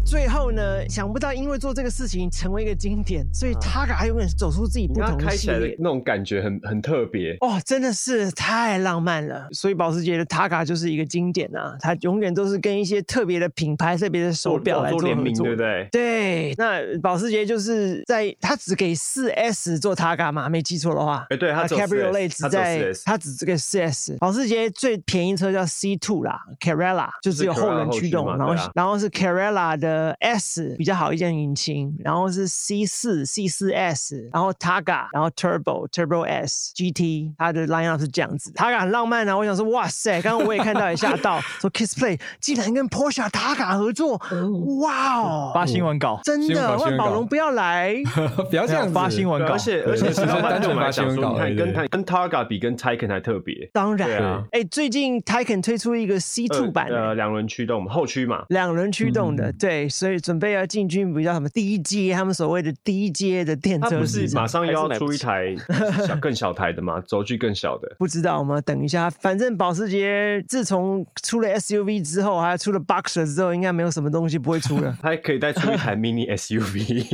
[SPEAKER 3] 最后呢，想不到因为做这个事情成为一个经典，所以 Taga 还永远走出自己
[SPEAKER 2] 啊你
[SPEAKER 3] 不
[SPEAKER 2] 看
[SPEAKER 3] 同
[SPEAKER 2] 它
[SPEAKER 3] 的
[SPEAKER 2] 开
[SPEAKER 3] 系
[SPEAKER 2] 起来的
[SPEAKER 3] 列。
[SPEAKER 2] 那种感觉很很特别，
[SPEAKER 3] 哦，真的是太浪漫了，所以保时捷的 Taga 就是一个经典啊，它永远都是跟一些特别的品牌、特别的手表
[SPEAKER 2] 做
[SPEAKER 3] 来
[SPEAKER 2] 做
[SPEAKER 3] 做
[SPEAKER 2] 联
[SPEAKER 3] 合
[SPEAKER 2] 名，
[SPEAKER 3] 作
[SPEAKER 2] 对不哎对？
[SPEAKER 3] 对，那保时捷就是在它只给四 S 做 Targa 嘛，没记错的话。
[SPEAKER 2] 哎，对，它
[SPEAKER 3] 它
[SPEAKER 2] 只有
[SPEAKER 3] 啊 Cabriolet
[SPEAKER 2] 4S，
[SPEAKER 3] 只
[SPEAKER 2] 它只有
[SPEAKER 3] 在
[SPEAKER 2] 4S，
[SPEAKER 3] 它只这个四 S，保时捷最便宜车叫 C two 啦，Carrera 就只有后轮驱动，
[SPEAKER 2] 是 Carrera
[SPEAKER 3] 然
[SPEAKER 2] 后驱嘛对
[SPEAKER 3] 后
[SPEAKER 2] 啊
[SPEAKER 3] 然后是 Carrera 的 S 比较好一点引擎，然后是 C 四 C 四 S，然后 Targa，然后 Turbo Turbo S GT，它的 lineup 是这样子，Targa 很浪漫啊，我想说哇塞，刚刚我也看到也吓到， <laughs> 说 Kiss Play 竟然跟 Porsche Targa 合作，哇哦，
[SPEAKER 6] 发新闻稿，
[SPEAKER 3] 真
[SPEAKER 4] 新闻
[SPEAKER 3] 的，
[SPEAKER 4] 稿新
[SPEAKER 3] 万
[SPEAKER 4] 闻
[SPEAKER 3] 宝
[SPEAKER 4] 稿
[SPEAKER 3] 龙不要
[SPEAKER 2] <laughs>
[SPEAKER 3] 来。
[SPEAKER 4] <laughs> 不要这样子
[SPEAKER 6] 发新闻
[SPEAKER 2] 对
[SPEAKER 6] 稿
[SPEAKER 2] 而，且
[SPEAKER 4] 对
[SPEAKER 2] 而且，
[SPEAKER 4] 只是单纯
[SPEAKER 2] 我们
[SPEAKER 4] 把
[SPEAKER 2] 来
[SPEAKER 4] 新
[SPEAKER 2] 讲
[SPEAKER 4] 闻
[SPEAKER 2] 说，
[SPEAKER 4] 搞
[SPEAKER 2] 你
[SPEAKER 4] 而已
[SPEAKER 2] 看跟跟 Targa 比，跟 Taycan 还特别。
[SPEAKER 3] 当
[SPEAKER 2] 对啊
[SPEAKER 3] 然，哎、最近 Taycan 推出一个 C
[SPEAKER 2] 呃
[SPEAKER 3] two 版的、
[SPEAKER 1] 欸
[SPEAKER 2] 呃，嗯两轮驱动嘛，后驱
[SPEAKER 1] <laughs>
[SPEAKER 2] 嘛，
[SPEAKER 3] 两轮驱动的，对，所以准备要进军比较什么第一阶，他们所谓的第一阶的电
[SPEAKER 2] 它
[SPEAKER 3] 车
[SPEAKER 2] 不
[SPEAKER 3] 市
[SPEAKER 2] 是马
[SPEAKER 3] 场。
[SPEAKER 2] 上又
[SPEAKER 1] 还是
[SPEAKER 2] 要
[SPEAKER 1] 买不
[SPEAKER 2] 出一
[SPEAKER 1] 起 <laughs>
[SPEAKER 2] 台小更小台的嘛，轴距更小的。。
[SPEAKER 3] 不知道，我们等一下。反正保时捷自从出了 SUV 之后，还有出了 Boxer 之后，应该没有什么东西不会出了
[SPEAKER 2] <laughs> 它可以再出一台 mini <laughs>
[SPEAKER 1] <laughs>
[SPEAKER 2] SUV，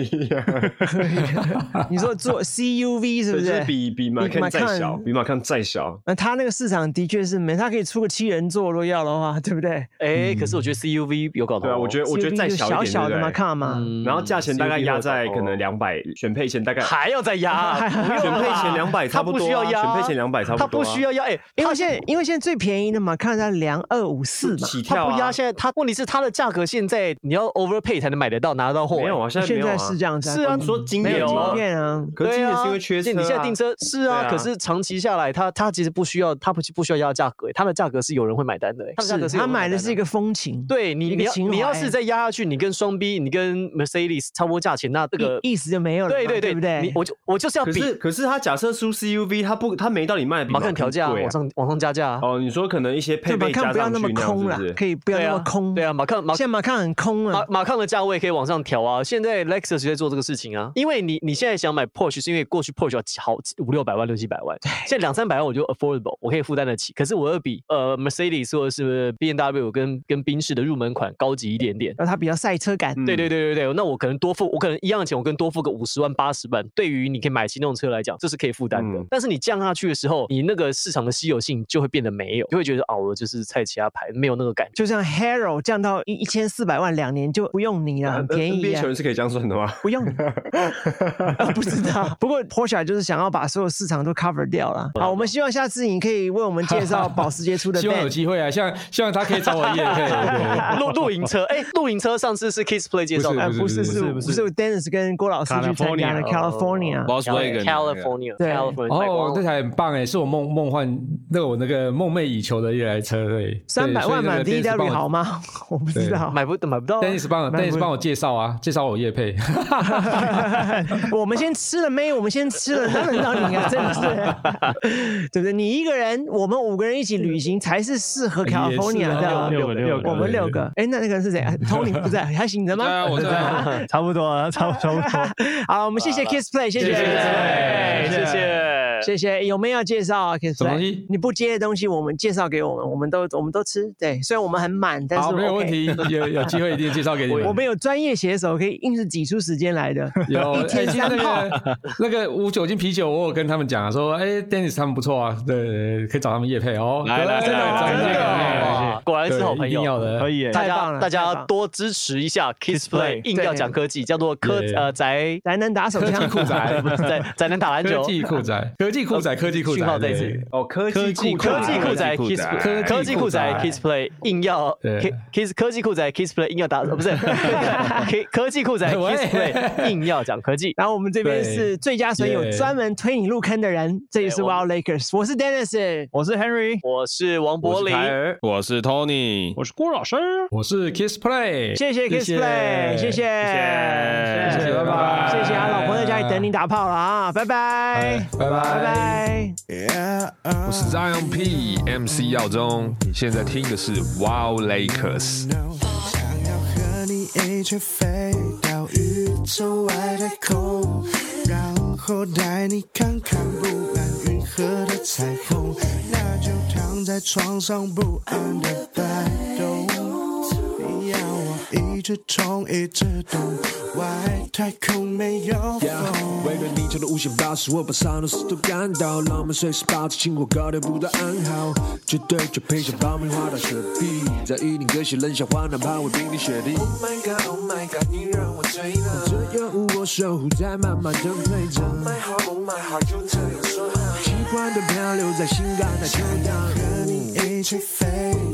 [SPEAKER 3] 你说做 CUV 是不
[SPEAKER 2] 对，就是是？比比马
[SPEAKER 3] 比马
[SPEAKER 2] 康再
[SPEAKER 3] 康
[SPEAKER 2] 小，比马康再小。
[SPEAKER 3] 那它那个市场的确是没，它可以出个七人座，如果要的话，对不对？
[SPEAKER 1] 哎，可是
[SPEAKER 2] 嗯
[SPEAKER 1] 我觉得 CUV 有搞头哦。
[SPEAKER 2] 对啊，我觉得我觉得
[SPEAKER 3] CUV
[SPEAKER 2] 再
[SPEAKER 3] 就
[SPEAKER 2] 小
[SPEAKER 3] 小
[SPEAKER 2] 一点，
[SPEAKER 3] 小
[SPEAKER 2] 对
[SPEAKER 3] 的
[SPEAKER 2] 不
[SPEAKER 3] 嘛，
[SPEAKER 2] 对
[SPEAKER 3] 看嘛，
[SPEAKER 1] 嗯
[SPEAKER 2] 然后价钱大概
[SPEAKER 1] CUV
[SPEAKER 2] 压
[SPEAKER 1] 有搞
[SPEAKER 2] 在
[SPEAKER 1] 头
[SPEAKER 2] 可
[SPEAKER 1] 哦
[SPEAKER 2] 能两百，选配前大概
[SPEAKER 1] 还要再压，啊
[SPEAKER 2] 选配前两百差
[SPEAKER 1] 他
[SPEAKER 2] 不
[SPEAKER 1] 不
[SPEAKER 2] 多啊，
[SPEAKER 1] 需要压，
[SPEAKER 2] 选配前两百差不多
[SPEAKER 1] 他
[SPEAKER 2] 啊，
[SPEAKER 1] 不需要压，哎，
[SPEAKER 3] 因
[SPEAKER 1] 他
[SPEAKER 3] 为现在因为现在最便宜的嘛，看它两二五四嘛，
[SPEAKER 2] 起
[SPEAKER 1] 他
[SPEAKER 2] 跳
[SPEAKER 1] 不
[SPEAKER 2] 啊
[SPEAKER 1] 压，。现在他问题是他的价格现在你要 overpay 才能买得到拿得到货，哎
[SPEAKER 2] 没有啊，现在没
[SPEAKER 3] 现
[SPEAKER 2] 有
[SPEAKER 3] 在
[SPEAKER 2] 啊，
[SPEAKER 3] 是这样子啊
[SPEAKER 1] 是啊
[SPEAKER 2] 你说今
[SPEAKER 1] 没
[SPEAKER 2] 年
[SPEAKER 1] 有
[SPEAKER 2] 吗
[SPEAKER 3] 今天啊，
[SPEAKER 2] 可是今
[SPEAKER 1] 对
[SPEAKER 2] 年
[SPEAKER 1] 啊
[SPEAKER 2] 是因为缺车啊，
[SPEAKER 1] 你现在订车是啊，
[SPEAKER 2] 对啊
[SPEAKER 1] 可是长期下来，它它其实不需要，它不不需要压价格，它的价格是有人会买单的，它的价格
[SPEAKER 3] 是
[SPEAKER 1] 是有
[SPEAKER 3] 他
[SPEAKER 1] 人会
[SPEAKER 3] 买的
[SPEAKER 1] 单
[SPEAKER 3] 是一个风情，
[SPEAKER 1] 对你
[SPEAKER 3] 一
[SPEAKER 1] 你
[SPEAKER 3] 个
[SPEAKER 1] 要
[SPEAKER 3] 情怀
[SPEAKER 1] 你要是再压下去，你跟双 B 你跟 Mercedes 差不多价钱，那这个
[SPEAKER 3] 意意思就没有了嘛，
[SPEAKER 1] 对对
[SPEAKER 3] 对，不对
[SPEAKER 1] 你？我就我就是要
[SPEAKER 2] 可
[SPEAKER 1] 比
[SPEAKER 2] 是可是他假设出 CUV，他不他没道理卖得比
[SPEAKER 1] 马看
[SPEAKER 2] 马
[SPEAKER 1] 调价啊
[SPEAKER 2] 贵啊
[SPEAKER 1] 往上往上加价啊，
[SPEAKER 2] 哦，你说可能一些配
[SPEAKER 3] 就马
[SPEAKER 2] 备
[SPEAKER 3] 抗
[SPEAKER 2] 加
[SPEAKER 3] 不要
[SPEAKER 2] 上
[SPEAKER 3] 那
[SPEAKER 2] 去
[SPEAKER 3] 么
[SPEAKER 2] 那样
[SPEAKER 3] 空
[SPEAKER 2] 子
[SPEAKER 3] 了
[SPEAKER 2] 是不，呃是
[SPEAKER 3] 可以不要
[SPEAKER 1] 对
[SPEAKER 3] 那
[SPEAKER 1] 啊
[SPEAKER 3] 么空，
[SPEAKER 1] 对
[SPEAKER 3] 啊，
[SPEAKER 1] 啊，马看马
[SPEAKER 3] 现在马抗很空
[SPEAKER 1] 马
[SPEAKER 3] 了，
[SPEAKER 1] 马抗的价位可以往上调啊！现在 Lexus 也在做这个事情啊，因为你你现在想买 Porsche 是因为过去 Porsche 要好五六百万、六七百万，现在两三百万我就 affordable，我可以负担得起。可是我要比呃 Mercedes 或者是 B N W 跟跟宾士的入门款高级一点点。
[SPEAKER 3] 然后它比较赛车感，
[SPEAKER 1] 对对对对对，那我可能多付，我可能一样的钱，我跟多付个五十万、八十万，对于你可以买新那种车来讲，这是可以负担的。
[SPEAKER 2] 嗯
[SPEAKER 1] 但是你降下去的时候，你那个市场的稀有性就会变得没有，就会觉得哦，我就是菜其他牌，没有那个感觉。
[SPEAKER 3] 就像 Hero 降到一一千四百万，两年就不用
[SPEAKER 2] 呃
[SPEAKER 3] 你了，很便宜
[SPEAKER 2] NBA
[SPEAKER 3] 啊
[SPEAKER 2] 球。员是可以这样算
[SPEAKER 3] <laughs>
[SPEAKER 2] 的吗？
[SPEAKER 3] 不
[SPEAKER 2] <laughs>
[SPEAKER 3] 用、啊，不知道。不过 Porsche 就是想要把所有市场都 cover 掉了。好，我们希望下次你可以为我们介绍保时捷出的
[SPEAKER 4] <laughs> 希望有
[SPEAKER 3] van。
[SPEAKER 4] 机会啊，希望希望他可以找我夜配。对
[SPEAKER 1] 露露营车，哎、露营车上次是 Kiss Play 介绍的，
[SPEAKER 3] 哎，不是，
[SPEAKER 4] 不
[SPEAKER 3] 是
[SPEAKER 4] 是
[SPEAKER 3] 不是，Dennis 跟郭老师去参加了 California。
[SPEAKER 10] Volkswagen 那个
[SPEAKER 1] 哎 California，
[SPEAKER 3] 对
[SPEAKER 1] California，
[SPEAKER 4] 哦，那台很棒哎，是我梦梦幻那个我那个梦寐以求的一台车对，
[SPEAKER 3] 三百万买
[SPEAKER 4] D
[SPEAKER 3] VW 好吗？我不知道。
[SPEAKER 1] 买不买不
[SPEAKER 3] 哦
[SPEAKER 1] 到啊。
[SPEAKER 4] ？Dennis 帮我
[SPEAKER 3] 蛮不
[SPEAKER 4] Dennis 帮我介绍啊，介绍我
[SPEAKER 10] <laughs>
[SPEAKER 4] 夜配。
[SPEAKER 3] 我们先吃了妹，我们先吃了，当然让你啊，真的是，对不对？你一个人，我们五个人一起旅行才是适合 California 的啊。
[SPEAKER 4] 六个六个
[SPEAKER 3] 我们六个，哎，那那个人是谁啊？Tony 不在，还醒着吗？
[SPEAKER 10] 对啊，我在啊。 <laughs>
[SPEAKER 6] 差不多了，差不多差不多。
[SPEAKER 3] 好，我们谢谢 Kiss Play，谢谢，
[SPEAKER 1] 哎谢谢。
[SPEAKER 3] 谢谢。有没有介绍啊？Kiss
[SPEAKER 4] 什么
[SPEAKER 3] Play？
[SPEAKER 4] 东西
[SPEAKER 3] 你不接的东西，我们介绍给我们，我们都我们都吃。对，虽然我们很满，但是
[SPEAKER 4] 好，没有
[SPEAKER 3] OK
[SPEAKER 4] 问。题，
[SPEAKER 3] <laughs>
[SPEAKER 4] 有有机会一定介绍给你们。
[SPEAKER 3] 我们有专业写手，可以硬是挤出时间来的。 <laughs>
[SPEAKER 4] 有
[SPEAKER 3] 一天
[SPEAKER 4] 哎其实
[SPEAKER 3] 三
[SPEAKER 4] 那
[SPEAKER 3] 炮
[SPEAKER 4] 个 <laughs> 那个无酒精啤酒，我有跟他们讲啊，说，哎，Dennis 他们不错啊，对，对对可以找他们夜配哦。
[SPEAKER 10] 来来
[SPEAKER 4] 对
[SPEAKER 10] 来
[SPEAKER 4] 找
[SPEAKER 10] 来
[SPEAKER 4] 你
[SPEAKER 10] 来来
[SPEAKER 4] 叶配
[SPEAKER 10] 来
[SPEAKER 1] 哇果然然是好朋友，
[SPEAKER 4] 一定要的
[SPEAKER 6] 可以耶
[SPEAKER 1] 大
[SPEAKER 3] 太棒
[SPEAKER 1] 家
[SPEAKER 3] 了
[SPEAKER 1] 大
[SPEAKER 3] 太
[SPEAKER 1] 家
[SPEAKER 3] 棒了
[SPEAKER 1] 多支持一下 Kiss Play，
[SPEAKER 6] Play，
[SPEAKER 1] 硬要讲科技，叫做科
[SPEAKER 4] 对
[SPEAKER 1] 呃宅
[SPEAKER 3] 才能打手枪。
[SPEAKER 4] 酷宅
[SPEAKER 1] 不是宅宅能打篮
[SPEAKER 4] <laughs> 科
[SPEAKER 1] 球，
[SPEAKER 4] 技酷宅，科技酷宅，科技酷宅，
[SPEAKER 1] 讯号在这
[SPEAKER 4] 对
[SPEAKER 1] 里
[SPEAKER 2] 哦，科
[SPEAKER 4] 科技
[SPEAKER 2] 技
[SPEAKER 4] 酷
[SPEAKER 2] 酷
[SPEAKER 1] 科技
[SPEAKER 4] 宅
[SPEAKER 1] 酷宅
[SPEAKER 11] 科技
[SPEAKER 1] Kiss
[SPEAKER 11] 酷宅
[SPEAKER 1] Play，科技酷宅
[SPEAKER 4] 科技
[SPEAKER 1] Kiss Play 硬要
[SPEAKER 4] 对
[SPEAKER 1] Ki- Kiss 科技酷宅 Kiss Play 硬要打，呃不是科科技酷宅
[SPEAKER 4] 喂
[SPEAKER 1] Kiss Play 硬要讲科技。
[SPEAKER 3] 然后我们这边
[SPEAKER 4] 对
[SPEAKER 3] 是最佳损友，
[SPEAKER 4] 耶
[SPEAKER 3] 专门推你入坑的人，这里是
[SPEAKER 1] 对我
[SPEAKER 3] Wild Lakers，我是 Dennis，
[SPEAKER 6] 我是 Henry，
[SPEAKER 1] 我是王柏林，
[SPEAKER 10] 我是 Tony，我是郭老师，
[SPEAKER 4] 我是 Kiss Play，
[SPEAKER 3] 谢谢 Kiss Play，谢谢，谢
[SPEAKER 10] 谢
[SPEAKER 4] 谢拜拜
[SPEAKER 3] 谢谢啊，老婆在家里等你打炮了啊，拜拜，
[SPEAKER 11] 拜拜
[SPEAKER 3] 拜拜。
[SPEAKER 11] 我是 Zion P MC 耀宗，你现在听的是 Wow Lakers。
[SPEAKER 12] 想要和你一起飞到宇宙外太空，然后带你看看布满云和的彩虹，那就躺在床上不安的摆动。你要我一直冲，一直动，外太空没有风。
[SPEAKER 13] 为了你跳的五险八十，我把上的事都干到，浪漫随时保持情火高调不到暗号，绝对就配上爆米花到雪碧，在一定歌些冷笑话，哪怕会冰天雪地。Oh my god, oh my god，你让我醉了。这药物我守护在慢慢的退着。Oh my heart, oh my heart，就这样说好。习惯的漂流在心肝的飘荡。
[SPEAKER 12] 和你一起飞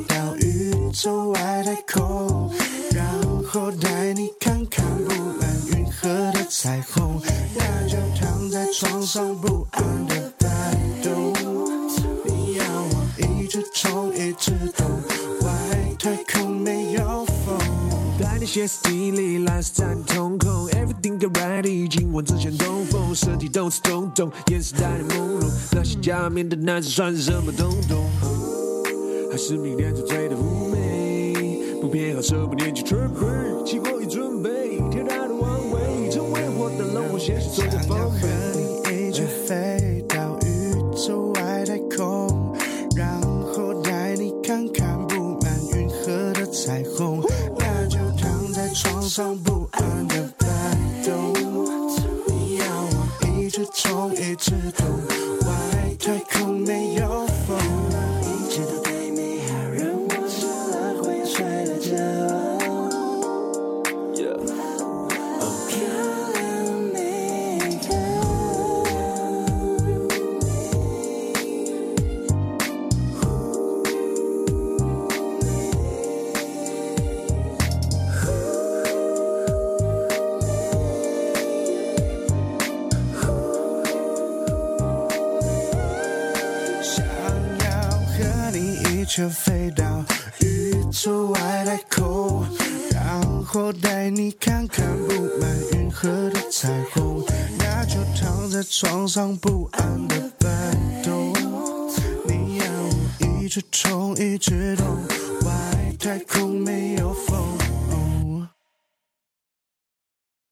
[SPEAKER 12] 到宇宙外太空，然后带你看看布满云和的彩虹，那就躺在床上不安的摆动。你要我一直冲，一直动，外太空没有风。
[SPEAKER 13] 带你歇斯底里，蓝色在你瞳孔，Everything get ready，今晚之前东风，身体动词动动，眼神带你朦胧，那些假面的男子算是什么东东？还是明天就醉的妩媚，不偏好色，不念旧 t r i p e 经过已准备，天大的王位，成为我的龙王，现实做着防备。
[SPEAKER 12] 和你一起飞到宇宙外太空，然后带你看看布满云和的彩虹，那就躺在床上不安的摆动。你要我一直冲，一直动，外太空没有风。一直到对你好，让我吃了会睡了觉。想要和你一起飞到宇宙外太空，然后带你看看布满云和的彩虹，那就躺在床上不安的摆动。你要我一直冲，一直动，外太空没有风。